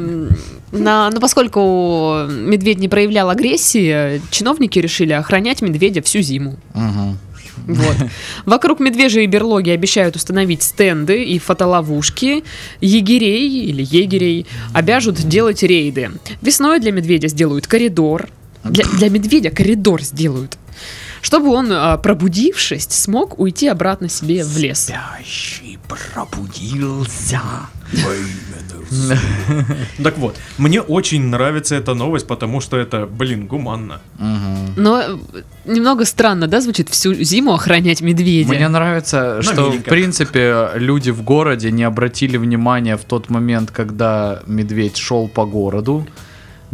Speaker 2: на- но поскольку медведь не проявлял агрессии, чиновники решили охранять медведя всю зиму.
Speaker 1: Мгм.
Speaker 2: Вот. Вокруг медвежьей берлоги обещают установить стенды и фотоловушки. Егерей или егерей обяжут делать рейды. Весной для медведя сделают коридор. Для, для медведя коридор сделают. Чтобы он, а, пробудившись, смог уйти обратно себе в лес.
Speaker 1: спящий пробудился.
Speaker 3: Так вот, мне очень нравится эта новость, потому что это, блин, гуманно.
Speaker 1: Мгм.
Speaker 2: Но э, немного странно, да, звучит всю зиму охранять медведя.
Speaker 1: Мне нравится, что в
Speaker 3: миленько.
Speaker 1: принципе люди в городе не обратили внимания в тот момент, когда медведь шел по городу.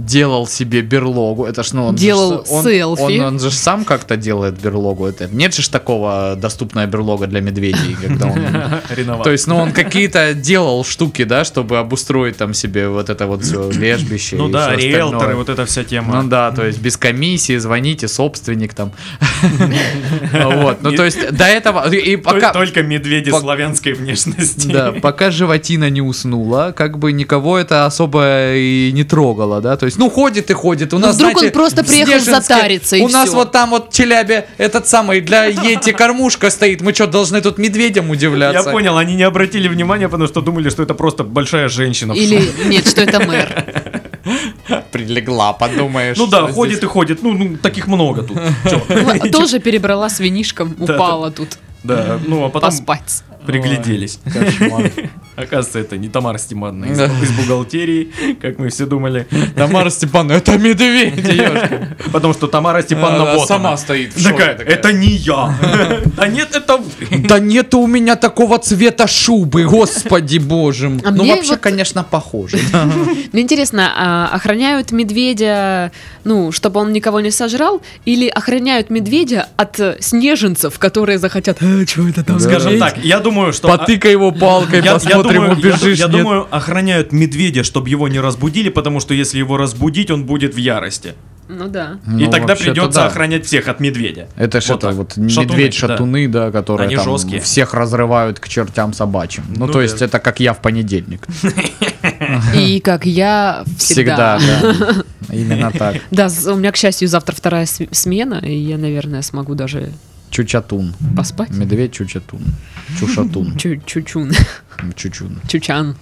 Speaker 1: делал себе берлогу. Это ж, ну, он же
Speaker 2: Делал
Speaker 1: с- он-
Speaker 2: селфи.
Speaker 1: Он, он же сам как-то делает берлогу. Это, нет же ж такого доступная берлога для медведей, когда он...
Speaker 3: Реноват.
Speaker 1: То есть, ну, он какие-то делал штуки, да, чтобы обустроить там себе вот это вот все лежбище.
Speaker 3: ну
Speaker 1: и
Speaker 3: да,
Speaker 1: всё
Speaker 3: риэлторы,
Speaker 1: остальное.
Speaker 3: вот эта вся тема.
Speaker 1: Ну да, то есть без комиссии, звоните, собственник там. Вот, ну то есть до этого... И
Speaker 3: То-
Speaker 1: пока...
Speaker 3: Только медведи
Speaker 1: пок-
Speaker 3: славянской внешности.
Speaker 1: Да, пока животина не уснула, как бы никого это особо и не трогало, да, то есть, ну, ходит и ходит, у
Speaker 2: Ну,
Speaker 1: нас,
Speaker 2: вдруг он
Speaker 1: знаете,
Speaker 2: просто
Speaker 1: в
Speaker 2: приехал
Speaker 1: Снежинске
Speaker 2: затариться, и
Speaker 1: У нас
Speaker 2: всё.
Speaker 1: вот там вот в Челябе этот самый для Йети кормушка стоит, мы что, должны тут медведям
Speaker 3: Я
Speaker 1: удивляться?
Speaker 3: понял, они не обратили внимания, потому что думали, что это просто большая женщина. в шубе.
Speaker 2: Или нет, что это мэр.
Speaker 1: Прилегла, подумаешь.
Speaker 3: Ну да,
Speaker 1: что
Speaker 3: ходит и
Speaker 1: здесь.
Speaker 3: ходит. Ну, ну, таких много тут. Чё?
Speaker 2: Тоже перебрала с винишком,
Speaker 3: да.
Speaker 2: упала тут
Speaker 3: Да, ну а потом
Speaker 2: поспать.
Speaker 3: пригляделись.
Speaker 1: Кошмар.
Speaker 3: Оказывается, это не Тамара Степановна из,
Speaker 1: Да.
Speaker 3: из бухгалтерии, как мы все думали.
Speaker 1: Тамара Степановна, это медведь, ёшки.
Speaker 3: Потому что Тамара Степановна
Speaker 1: Э, Она
Speaker 3: вот
Speaker 1: сама
Speaker 3: она.
Speaker 1: стоит в шоке
Speaker 3: Такая,
Speaker 1: такая.
Speaker 3: это не я. Да нет, это вы.
Speaker 1: Да нет у меня такого цвета шубы, господи боже. мой.
Speaker 2: А
Speaker 1: ну
Speaker 2: мне
Speaker 1: вообще,
Speaker 2: вот-
Speaker 1: конечно, похоже.
Speaker 2: Мне интересно, а охраняют медведя, ну, чтобы он никого не сожрал, или охраняют медведя от э, снеженцев, которые захотят, а, что это там?
Speaker 3: Скажем
Speaker 1: Медведь?
Speaker 3: так, я думаю, что... а,
Speaker 1: Потыкай его палкой,
Speaker 3: Я, я
Speaker 1: посмотрим,
Speaker 3: думаю, я,
Speaker 1: убежишь,
Speaker 3: я
Speaker 1: нет.
Speaker 3: думаю, охраняют медведя, чтобы его не разбудили, потому что если его разбудить, он будет в ярости.
Speaker 2: Ну да.
Speaker 4: Ну,
Speaker 3: И тогда
Speaker 4: вообще-то
Speaker 3: придется
Speaker 4: да.
Speaker 3: охранять всех от медведя.
Speaker 4: Это ж
Speaker 3: Вот
Speaker 4: это
Speaker 3: так.
Speaker 4: вот
Speaker 3: Шатуны,
Speaker 4: медведь,
Speaker 3: да.
Speaker 4: шатуны, да, которые
Speaker 3: Они
Speaker 4: там
Speaker 3: жесткие.
Speaker 4: всех разрывают к чертям собачьим. Ну,
Speaker 3: Ну
Speaker 4: то
Speaker 3: да.
Speaker 4: есть это как я в понедельник.
Speaker 2: И как я всегда.
Speaker 4: Всегда, да. Именно так.
Speaker 2: Да, з- у меня, к счастью, завтра вторая с- смена, и я, наверное, смогу даже
Speaker 4: Чучатун.
Speaker 2: поспать.
Speaker 4: Медведь чучатун. Чушатун.
Speaker 2: Чу- Чучун,
Speaker 4: Чучун.
Speaker 2: чучан.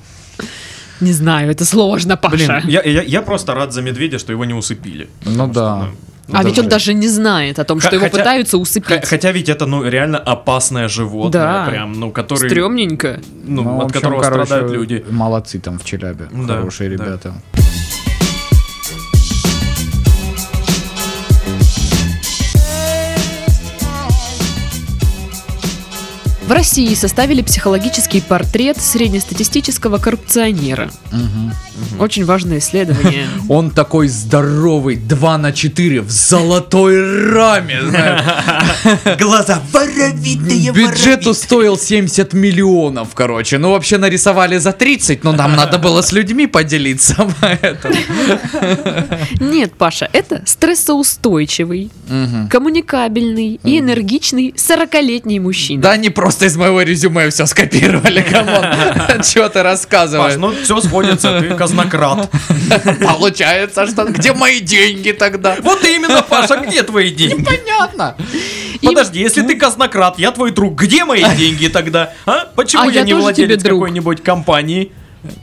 Speaker 2: Не знаю, это сложно, Паша.
Speaker 3: Блин, ну я, я- я просто рад за медведя, что его не усыпили.
Speaker 4: Ну да.
Speaker 2: а ведь он даже не знает о том,
Speaker 3: Х-
Speaker 2: что его
Speaker 3: хотя-
Speaker 2: пытаются
Speaker 3: Х-
Speaker 2: усыпить.
Speaker 3: хотя ведь это, ну, реально опасное животное,
Speaker 2: Да.
Speaker 3: прям, ну, который...
Speaker 2: Стремненько.
Speaker 3: Ну,
Speaker 4: Ну, в
Speaker 3: от
Speaker 4: общем,
Speaker 3: которого
Speaker 4: короче,
Speaker 3: страдают люди.
Speaker 4: Молодцы там в Челябе.
Speaker 3: Да,
Speaker 4: Хорошие
Speaker 3: да.
Speaker 4: ребята.
Speaker 2: В России составили психологический портрет среднестатистического коррупционера.
Speaker 4: Мгм.
Speaker 2: Очень важное исследование.
Speaker 1: Он такой здоровый, 2 на 4 в золотой раме. знаешь.
Speaker 3: Глаза воровитые,
Speaker 1: Бюджету стоил 70 миллионов, короче. Ну, вообще нарисовали за 30, но нам надо было с людьми поделиться. поэтому.
Speaker 2: Нет, Паша, это стрессоустойчивый,
Speaker 1: Мгм.
Speaker 2: коммуникабельный и энергичный 40-летний мужчина.
Speaker 1: Да они просто из моего резюме все скопировали, камон. Чего ты
Speaker 3: Паш,
Speaker 1: рассказываешь?
Speaker 3: ну, все сходится, ты казнократ.
Speaker 1: Получается, что где мои деньги тогда?
Speaker 3: Вот именно, Паша, где твои деньги?
Speaker 1: Понятно.
Speaker 2: И-
Speaker 3: Подожди, если ты казнократ, я твой друг, где мои деньги тогда? А? Почему
Speaker 2: А
Speaker 3: я,
Speaker 2: я
Speaker 3: не
Speaker 2: тоже тебе
Speaker 3: владелец
Speaker 2: друг.
Speaker 3: какой-нибудь компании?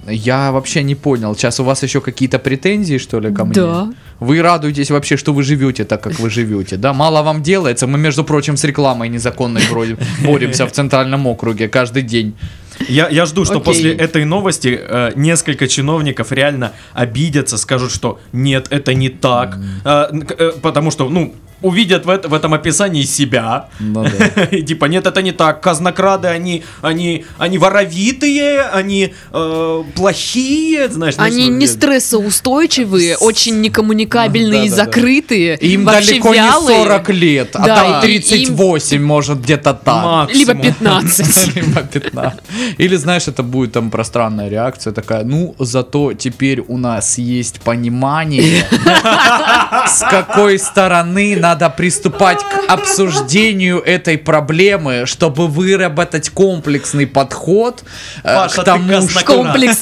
Speaker 1: Я вообще не понял. Сейчас у вас еще какие-то претензии, что ли, ко мне?
Speaker 2: Да.
Speaker 1: Вы радуетесь вообще, что вы живете так, как вы живете, да? Мало вам делается. Мы, между прочим, с рекламой незаконной вроде боремся в Центральном округе каждый день.
Speaker 3: Я, я жду, что
Speaker 2: Окей.
Speaker 3: после этой новости э, несколько чиновников реально обидятся, скажут, что нет, это не так. Э, н- к- э, потому что, ну, увидят в, эт- в этом описании себя.
Speaker 4: Ну да.
Speaker 3: И типа, нет, это не так. Казнокрады, они, они, они воровитые, они э, плохие, знаешь. ну, э,
Speaker 2: Они
Speaker 3: начнут
Speaker 2: не
Speaker 3: делать.
Speaker 2: стрессоустойчивые, очень некоммуникабельные и
Speaker 1: Да-да-да.
Speaker 2: закрытые,
Speaker 1: Им
Speaker 2: вообще
Speaker 1: далеко
Speaker 2: вялые,
Speaker 1: не 40 лет, а
Speaker 2: Да,
Speaker 1: там
Speaker 2: и
Speaker 1: 38, может, где-то так.
Speaker 3: Максимум.
Speaker 2: либо 15.
Speaker 1: Либо 15. Или, знаешь, это будет там пространная реакция такая, ну, зато теперь у нас есть понимание, с какой стороны надо приступать к обсуждению этой проблемы, чтобы выработать комплексный подход э,
Speaker 3: Паша,
Speaker 1: к
Speaker 3: ты
Speaker 1: тому,
Speaker 3: казна-
Speaker 2: Комплекс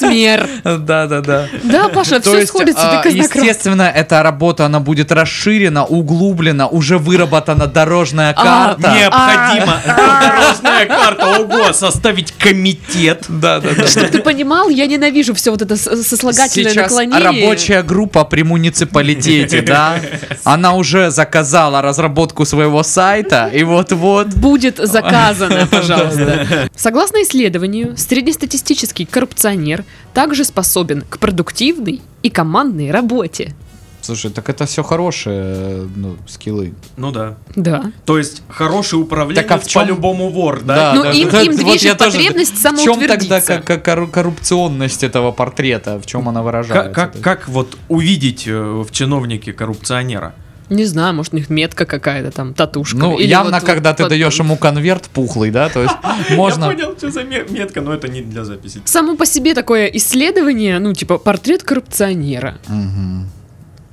Speaker 2: мер.
Speaker 1: Да-да-да.
Speaker 2: Да, Паша,
Speaker 1: То
Speaker 2: все
Speaker 1: есть,
Speaker 2: сходится,
Speaker 1: а,
Speaker 2: ты казнократ.
Speaker 1: естественно, эта работа, она будет расширена, углублена, уже выработана дорожная
Speaker 2: А,
Speaker 1: карта.
Speaker 3: Необходимо.
Speaker 1: а.
Speaker 3: Дорожная карта, ого, составить комитет.
Speaker 1: Да, да, да.
Speaker 2: Чтоб ты понимал, я ненавижу все вот это с- сослагательное
Speaker 1: Сейчас
Speaker 2: наклонение.
Speaker 1: рабочая группа при муниципалитете, да, она уже заказала разработку своего сайта, и вот-вот
Speaker 2: будет заказано, пожалуйста. Согласно исследованию, среднестатистический коррупционер также способен к продуктивной и командной работе.
Speaker 5: Слушай, так это все хорошие ну, скиллы.
Speaker 3: Ну да.
Speaker 2: Да.
Speaker 3: То есть хороший управленец
Speaker 1: Так а в чём-
Speaker 3: по-любому вор, да?
Speaker 1: Да,
Speaker 2: Ну,
Speaker 1: А, да,
Speaker 2: им-
Speaker 1: да.
Speaker 2: им
Speaker 1: Вот
Speaker 2: движет
Speaker 1: я тоже-
Speaker 2: потребность
Speaker 1: В чем тогда
Speaker 2: самоутвердиться.
Speaker 1: как, коррупционность этого портрета? В чем она выражается?
Speaker 3: Как, как, как вот увидеть э, в чиновнике коррупционера?
Speaker 2: Не знаю, может, у них метка какая-то там, татушка.
Speaker 1: Ну,
Speaker 2: Или
Speaker 1: явно,
Speaker 2: вот-
Speaker 1: когда
Speaker 2: вот
Speaker 1: ты
Speaker 2: под-
Speaker 1: даешь ему конверт пухлый, да, то есть можно...
Speaker 3: понял, что за метка, но это не для записи.
Speaker 2: Само по себе такое исследование, ну, типа, портрет коррупционера.
Speaker 5: Мгм.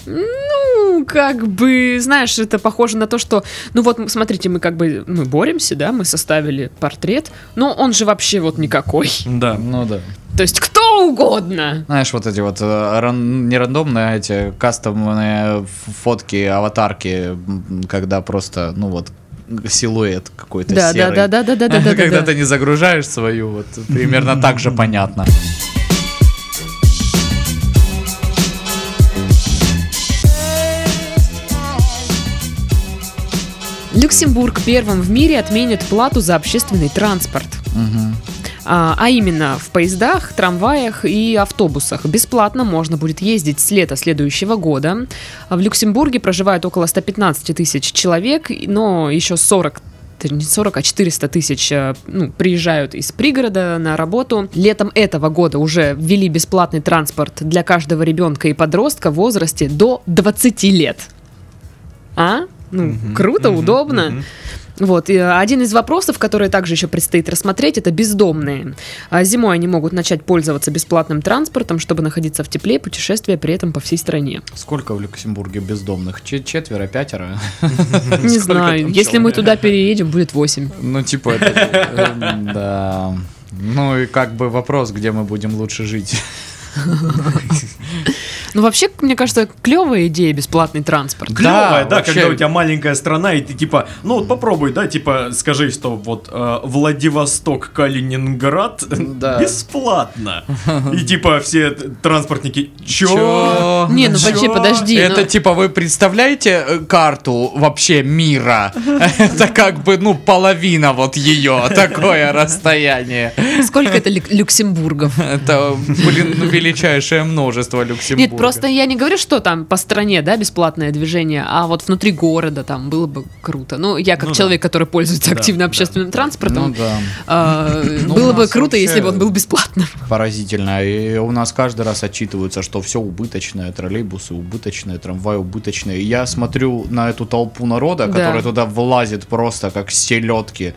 Speaker 2: Ну, как бы, знаешь, это похоже на то, что, ну вот, смотрите, мы как бы, мы боремся, да, мы составили портрет, но он же вообще вот никакой.
Speaker 3: Да.
Speaker 5: Ну да.
Speaker 2: То есть кто угодно.
Speaker 5: Знаешь, вот эти вот э, ран- не рандомные, а эти кастомные ф- фотки, аватарки, м, когда просто, ну вот, силуэт какой-то
Speaker 2: Да, да,
Speaker 5: серый.
Speaker 2: да, да, да, да, да, да,
Speaker 1: Когда
Speaker 2: да.
Speaker 1: ты не загружаешь свою, вот примерно так же понятно.
Speaker 2: Люксембург первым в мире отменит плату за общественный транспорт.
Speaker 5: Мгм.
Speaker 2: А, а именно в поездах, трамваях и автобусах. Бесплатно можно будет ездить с лета следующего года. А В Люксембурге проживает около 115 тысяч человек, и- но еще 40 т- не 40, а 400 тысяч э, ну, приезжают из пригорода на работу. Летом этого года уже ввели бесплатный транспорт для каждого ребенка и подростка в возрасте до 20 лет. А? Ну, круто, удобно. Вот, и э, один из вопросов, который также еще предстоит рассмотреть, это бездомные. А Зимой они могут начать пользоваться бесплатным транспортом, чтобы находиться в тепле, путешествия при этом по всей стране.
Speaker 5: Сколько в Люксембурге бездомных? Че- четверо, пятеро?
Speaker 2: Не знаю,
Speaker 5: там
Speaker 2: если мы туда переедем, будет 8.
Speaker 5: Ну, типа, это, э, да. Ну и как бы вопрос, где мы будем лучше жить.
Speaker 2: Ну, вообще, мне кажется, клевая идея бесплатный транспорт.
Speaker 3: Клевая, да,
Speaker 5: вообще.
Speaker 3: когда у тебя маленькая страна, и ты типа, ну вот попробуй, да, типа, скажи, что вот э, Владивосток, Калининград
Speaker 1: Ну
Speaker 5: Да.
Speaker 3: бесплатно. И типа все т- транспортники, чё?
Speaker 1: Чё?
Speaker 2: Не, ну
Speaker 3: Чё?
Speaker 2: вообще, подожди. ну-
Speaker 1: Это типа вы представляете э, карту вообще мира? Это как бы ну половина вот ее такое расстояние.
Speaker 2: Сколько это лю- люксембургов?
Speaker 1: Это блин ну, величайшее множество Люксембурга.
Speaker 2: Нет, просто я не говорю, что там по стране, да, бесплатное движение, а вот внутри города там было бы круто. Ну, я как
Speaker 3: Ну да.
Speaker 2: человек, который пользуется
Speaker 3: Да,
Speaker 2: активно
Speaker 3: да,
Speaker 2: общественным транспортом,
Speaker 5: Ну да.
Speaker 2: а,
Speaker 5: Ну,
Speaker 2: было
Speaker 5: у
Speaker 2: бы
Speaker 5: нас
Speaker 2: круто,
Speaker 5: вообще-
Speaker 2: если бы он был бесплатным.
Speaker 5: Поразительно. И у нас каждый раз отчитываются, что все убыточное, троллейбусы убыточные, трамваи убыточные. И я смотрю на эту толпу народа,
Speaker 2: Да.
Speaker 5: которая туда влазит просто как селедки.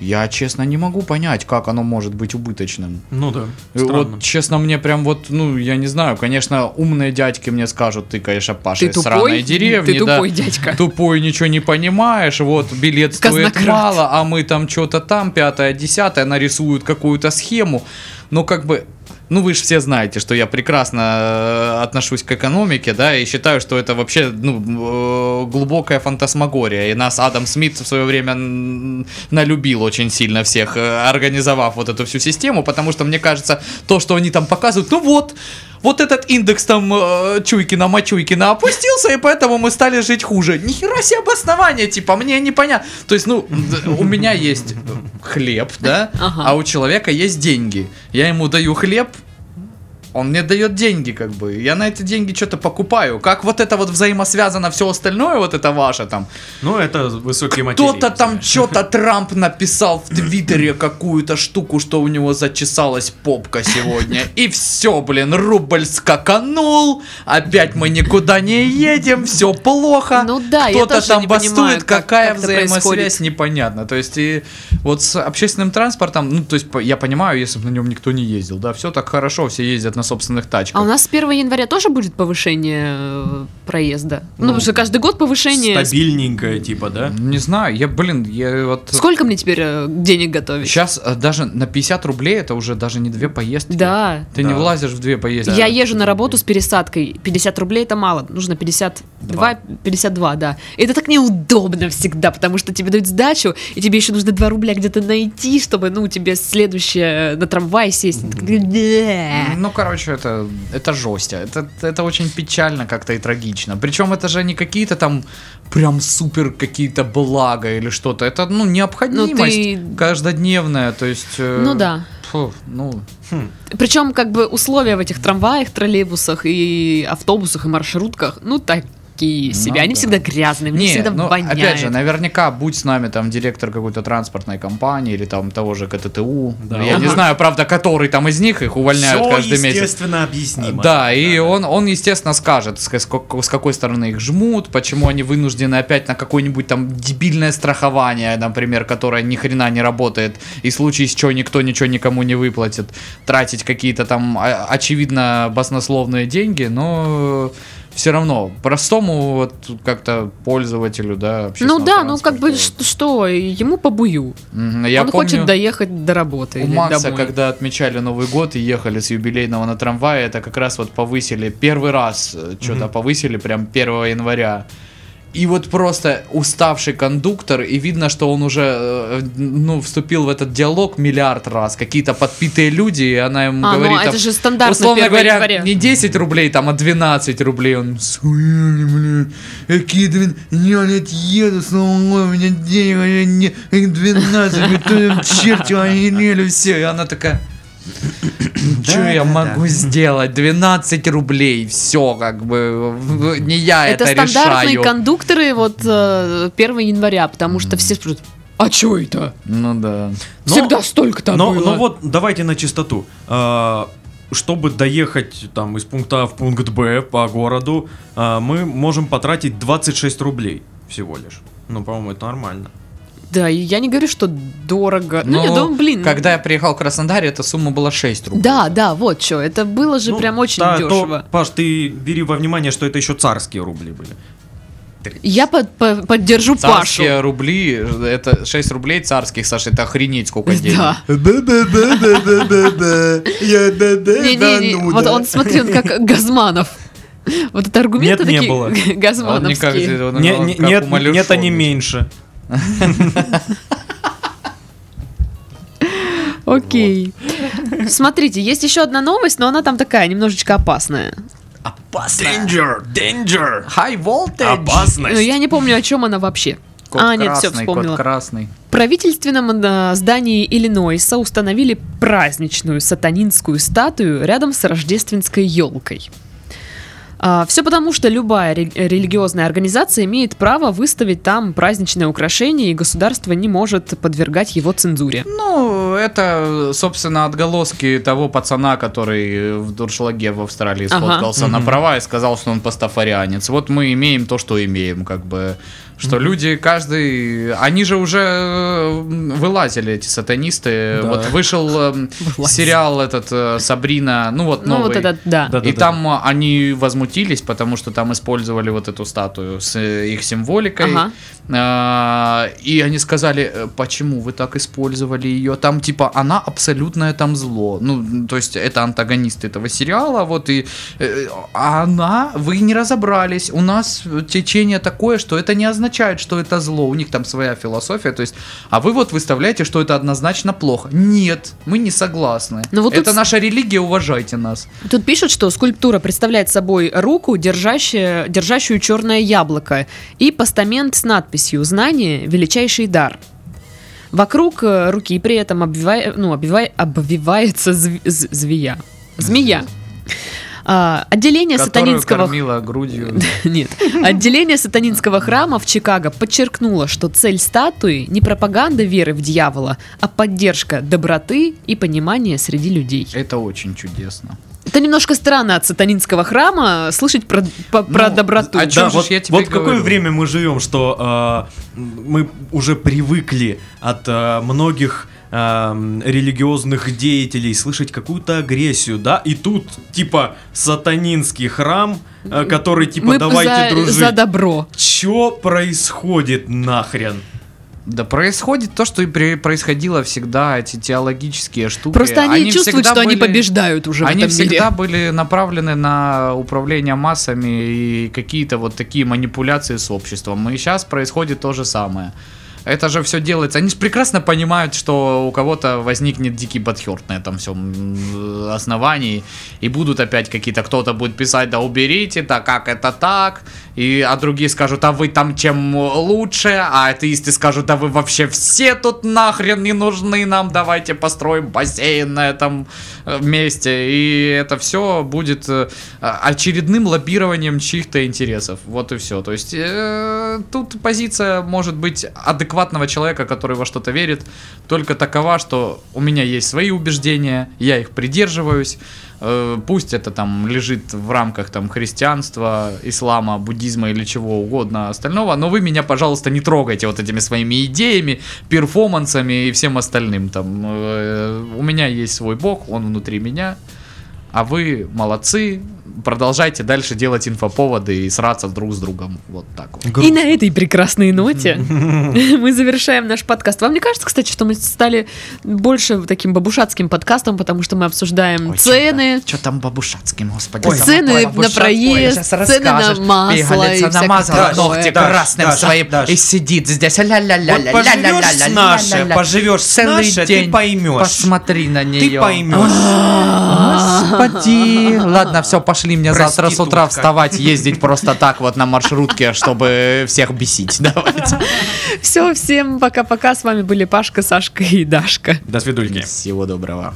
Speaker 5: Я, честно, не могу понять, как оно может быть убыточным.
Speaker 3: Ну да,
Speaker 1: И Вот, честно, мне прям вот, ну, я не знаю, конечно, умные дядьки мне скажут, ты, конечно, Паша
Speaker 2: Ты
Speaker 1: из сраной
Speaker 2: тупой,
Speaker 1: деревни,
Speaker 2: ты
Speaker 1: да.
Speaker 2: тупой дядька.
Speaker 1: Тупой, ничего не понимаешь, вот, билет стоит
Speaker 2: Казнократ.
Speaker 1: мало, а мы там что-то там, пятое, десятое, нарисуют какую-то схему, но как бы... Ну, вы же все знаете, что я прекрасно э, отношусь к экономике, да, и считаю, что это вообще ну, э, глубокая фантасмагория. И нас Адам Смит в свое время м, налюбил очень сильно всех, э, организовав вот эту всю систему, потому что, мне кажется, то, что они там показывают, ну вот, вот этот индекс там э, Чуйкина, Мачуйкина опустился, и поэтому мы стали жить хуже. Нихера себе обоснование, типа, мне непонятно. То есть, ну, д- у меня есть хлеб, да,
Speaker 2: Ага.
Speaker 1: а у человека есть деньги. Я ему даю хлеб, он мне дает деньги, как бы. Я на эти деньги что-то покупаю. Как вот это вот взаимосвязано все остальное, вот это ваше там.
Speaker 3: Ну это высокие материи.
Speaker 1: Кто-то там
Speaker 3: знаешь.
Speaker 1: что-то Трамп написал в Твиттере какую-то штуку, что у него зачесалась попка сегодня. И все, блин, рубль скаканул. Опять мы никуда не едем, все плохо.
Speaker 2: Ну да, я
Speaker 1: Кто-то
Speaker 2: тоже
Speaker 1: там
Speaker 2: не понимаю,
Speaker 1: бастует,
Speaker 2: как-
Speaker 1: какая
Speaker 2: как это
Speaker 1: взаимосвязь,
Speaker 2: происходит.
Speaker 1: непонятно. То есть, и вот с общественным транспортом, ну, то есть, по- я понимаю, если бы на нем никто не ездил, да, все так хорошо, все ездят на собственных тачках.
Speaker 2: А у нас с 1 января тоже будет повышение э, проезда? Ну, потому что каждый год повышение.
Speaker 3: Стабильненькое, типа, да?
Speaker 1: Не знаю, я, блин, я вот...
Speaker 2: Сколько мне теперь э, денег готовить?
Speaker 1: Сейчас даже на 50 рублей это уже даже не две поездки.
Speaker 2: Да.
Speaker 1: Ты не
Speaker 3: Да.
Speaker 1: влазишь в две поездки.
Speaker 2: Я езжу на работу с пересадкой. 50 рублей это мало. Нужно 52, 52, да. Это так неудобно всегда, потому что тебе дают сдачу, и тебе еще нужно 2 рубля где-то найти, чтобы, ну, тебе следующее э, на трамвай сесть. Да.
Speaker 1: Ну, короче, это, это жестя. Это, это очень печально как-то и трагично. Причем это же не какие-то там прям супер какие-то блага или что-то. Это, ну, необходимость
Speaker 2: Ну, ты-
Speaker 1: каждодневная. То есть... э,
Speaker 2: Ну да.
Speaker 1: фу, ну,
Speaker 2: Причем, как бы, условия в этих трамваях, троллейбусах и автобусах и маршрутках, ну, такие себе.
Speaker 1: Ну, да.
Speaker 2: Они всегда грязные,
Speaker 1: не,
Speaker 2: мне всегда
Speaker 1: ну,
Speaker 2: воняет.
Speaker 1: опять же, наверняка будь с нами там директор какой-то транспортной компании или там того же КТТУ,
Speaker 3: Да.
Speaker 1: я не
Speaker 3: Ага.
Speaker 1: знаю, правда, который там из них их увольняют
Speaker 3: Всё
Speaker 1: каждый месяц.
Speaker 3: естественно объяснимо.
Speaker 1: Да, и он, он, естественно, скажет, с, с ко- с какой стороны их жмут, почему они вынуждены опять на какое-нибудь там дебильное страхование, например, которое ни хрена не работает, и в случае с чего никто ничего никому не выплатит, тратить какие-то там, а- очевидно, баснословные деньги, но все равно простому вот как-то пользователю, да,
Speaker 2: ну
Speaker 1: общественного
Speaker 2: да, ну как бы
Speaker 1: транспорта.
Speaker 2: что, что, ему по бую.
Speaker 1: Мгм, Я
Speaker 2: Он
Speaker 1: помню,
Speaker 2: хочет доехать до работы.
Speaker 1: у
Speaker 2: или
Speaker 1: Макса,
Speaker 2: домой.
Speaker 1: когда отмечали Новый год и ехали с юбилейного на трамвае, это как раз вот повысили первый раз, что-то
Speaker 3: Мгм.
Speaker 1: повысили прям 1 января. И вот просто уставший кондуктор, и видно, что он уже э, ну, вступил в этот диалог миллиард раз. Какие-то подпитые люди, и она ему
Speaker 2: А,
Speaker 1: говорит,
Speaker 2: ну а это
Speaker 1: там,
Speaker 2: же стандартно
Speaker 1: условно
Speaker 2: 1
Speaker 1: говоря,
Speaker 2: января.
Speaker 1: не 10 рублей, там, а 12 рублей. Он, «Суёли, блин, какие 12? Я не отъеду, снова у меня денег уже не- их 12, блин, то там черти, они все. И она такая, что я могу сделать? 12 рублей, все, как бы, в- в- не я это,
Speaker 2: это стандартные
Speaker 1: решаю.
Speaker 2: кондукторы вот э, 1 января, потому что все спрашивают, а чё это?
Speaker 1: Ну да.
Speaker 3: Но-
Speaker 2: Всегда столько-то
Speaker 3: Но,
Speaker 2: было.
Speaker 3: но вот давайте на чистоту. А, Чтобы доехать там из пункта А в пункт Б по городу, а, мы можем потратить 26 рублей всего лишь. Ну, по-моему, это нормально.
Speaker 2: Да, и я не говорю, что дорого. Ну,
Speaker 1: Но
Speaker 2: я думаю, блин.
Speaker 1: Когда я приехал в Краснодар, эта сумма была 6 рублей.
Speaker 2: Да, да, вот что. Это было же
Speaker 3: Ну,
Speaker 2: прям очень
Speaker 3: та- то-
Speaker 2: дешево.
Speaker 3: Паш, ты бери во внимание, что это еще царские рубли были.
Speaker 2: Я под- по- поддержу
Speaker 1: Царские
Speaker 2: Пашу.
Speaker 1: рубли, это 6 рублей царских, Саша, это охренеть сколько денег.
Speaker 2: Да.
Speaker 6: Да-да-да-да-да-да. Я да-да, да
Speaker 2: Не-не-не,
Speaker 6: ну
Speaker 2: вот
Speaker 6: да.
Speaker 2: он, смотри, он как Газманов. Вот это аргументы
Speaker 3: Нет, не
Speaker 2: такие
Speaker 3: было.
Speaker 1: Он не как,
Speaker 2: газмановские.
Speaker 1: он,
Speaker 3: Не-
Speaker 1: он
Speaker 3: не-
Speaker 1: как
Speaker 3: нет,
Speaker 1: у Малюшова.
Speaker 3: нет, они меньше.
Speaker 2: Окей. Смотрите, есть еще одна новость, но она там такая, немножечко опасная.
Speaker 3: Danger, danger.
Speaker 1: High voltage.
Speaker 2: Но я не помню, о чем она вообще.
Speaker 1: Кот
Speaker 2: а, нет, все,
Speaker 1: красный,
Speaker 2: вспомнила.
Speaker 1: Кот красный.
Speaker 2: В правительственном э, здании Иллинойса установили праздничную сатанинскую статую рядом с рождественской елкой. все потому, что любая рель- религиозная организация имеет право выставить там праздничное украшение, и государство не может подвергать его цензуре.
Speaker 1: Ну, это, собственно, отголоски того пацана, который в дуршлаге в Австралии
Speaker 2: Ага.
Speaker 1: сфоткался на права и сказал, что он пастафарианец. Вот мы имеем то, что имеем, как бы. Что люди, каждый... Они же уже э, вылазили, эти сатанисты.
Speaker 3: Да.
Speaker 1: Вот вышел эм,
Speaker 2: Вылазили.
Speaker 1: сериал этот э, «Сабрина», ну вот
Speaker 2: Ну
Speaker 1: новый.
Speaker 2: вот этот, да.
Speaker 3: Да.
Speaker 1: и там а, они возмутились, потому что там использовали вот эту статую с э, их символикой.
Speaker 2: Ага.
Speaker 1: А, И они сказали, «Э, почему вы так использовали ее? Там типа она абсолютное там зло. Ну, то есть это антагонист этого сериала, вот и э, а она, вы не разобрались. У нас течение такое, что это не означает, что это зло. У них там своя философия, то есть. А вы вот выставляете, что это однозначно плохо. Нет, мы не согласны.
Speaker 2: Ну вот
Speaker 1: это
Speaker 2: тут-
Speaker 1: наша религия, уважайте нас.
Speaker 2: Тут пишут, что скульптура представляет собой руку, держащую, держащую черное яблоко, и постамент с надписью «Знание – величайший дар». Вокруг э, руки при этом обвива- ну, обвива- обвивается зв- з- звия. Змея. А, отделение
Speaker 1: Которую
Speaker 2: сатанинского...
Speaker 1: кормила грудью.
Speaker 2: Нет. Отделение сатанинского храма в Чикаго подчеркнуло, что цель статуи не пропаганда веры в дьявола, а поддержка доброты и понимания среди людей.
Speaker 1: Это очень чудесно.
Speaker 2: Это немножко странно от сатанинского храма слышать про, по- про
Speaker 1: Ну,
Speaker 2: доброту.
Speaker 1: а чё- Чем
Speaker 3: Да,
Speaker 1: же
Speaker 3: вот,
Speaker 1: ж я тебе
Speaker 3: вот какое
Speaker 1: говорю?
Speaker 3: время мы живем, что а, мы уже привыкли от а, многих ам, религиозных деятелей слышать какую-то агрессию, да, и тут типа сатанинский храм, а, который типа
Speaker 2: Мы
Speaker 3: давайте
Speaker 2: за,
Speaker 3: дружить.
Speaker 2: за добро.
Speaker 3: Чё происходит нахрен?
Speaker 1: Да происходит то, что и при- происходило всегда, эти теологические штуки.
Speaker 2: Просто они, чувствуют,
Speaker 1: всегда
Speaker 2: что они
Speaker 1: были-
Speaker 2: побеждают уже
Speaker 1: Они
Speaker 2: в этом мире.
Speaker 1: всегда были направлены на управление массами и какие-то вот такие манипуляции с обществом. И сейчас происходит то же самое. Это же все делается. Они же прекрасно понимают, что у кого-то возникнет дикий бадхерт на этом э, всем основании. И будут опять какие-то, кто-то будет писать, да уберите, да как это так. И, а другие скажут, а вы там чем лучше, а атеисты скажут, да вы вообще все тут нахрен не нужны нам, давайте построим бассейн на этом э, месте. И это все будет э, очередным лоббированием чьих-то интересов. Вот и все. То есть э, тут позиция может быть адекватного человека, который во что-то верит, только такова, что у меня есть свои убеждения, я их придерживаюсь. Э, Пусть это там лежит в рамках там христианства, ислама, буддизма или чего угодно остального, но вы меня, пожалуйста, не трогайте вот этими своими идеями, перформансами и всем остальным там. Э, У меня есть свой бог, он внутри меня, а вы молодцы, продолжайте дальше делать инфоповоды и сраться друг с другом. Вот так вот.
Speaker 2: И на этой прекрасной ноте мы завершаем наш подкаст. Вам не кажется, кстати, что мы стали больше таким бабушатским подкастом, потому что мы обсуждаем цены,
Speaker 1: Что там бабушатским, господи?
Speaker 2: Ой, цены на проезд, цены на масло и
Speaker 1: Пигалица
Speaker 2: всякое
Speaker 1: намазала
Speaker 2: такое.
Speaker 1: ногти
Speaker 3: Даш,
Speaker 1: красным
Speaker 3: Даш,
Speaker 1: своим
Speaker 3: Даш.
Speaker 1: и сидит здесь.
Speaker 3: Вот поживешь с нашей, поживешь с нашей, ты поймешь.
Speaker 1: Посмотри на нее.
Speaker 3: Ты поймешь.
Speaker 1: Господи. Ладно, все, пошли мне завтра с утра
Speaker 3: Проститутка.
Speaker 1: вставать, ездить просто так вот на маршрутке, чтобы всех бесить. Давайте.
Speaker 2: Все, всем пока-пока. С вами были Пашка, Сашка и Дашка.
Speaker 3: До свидульки.
Speaker 1: Всего доброго.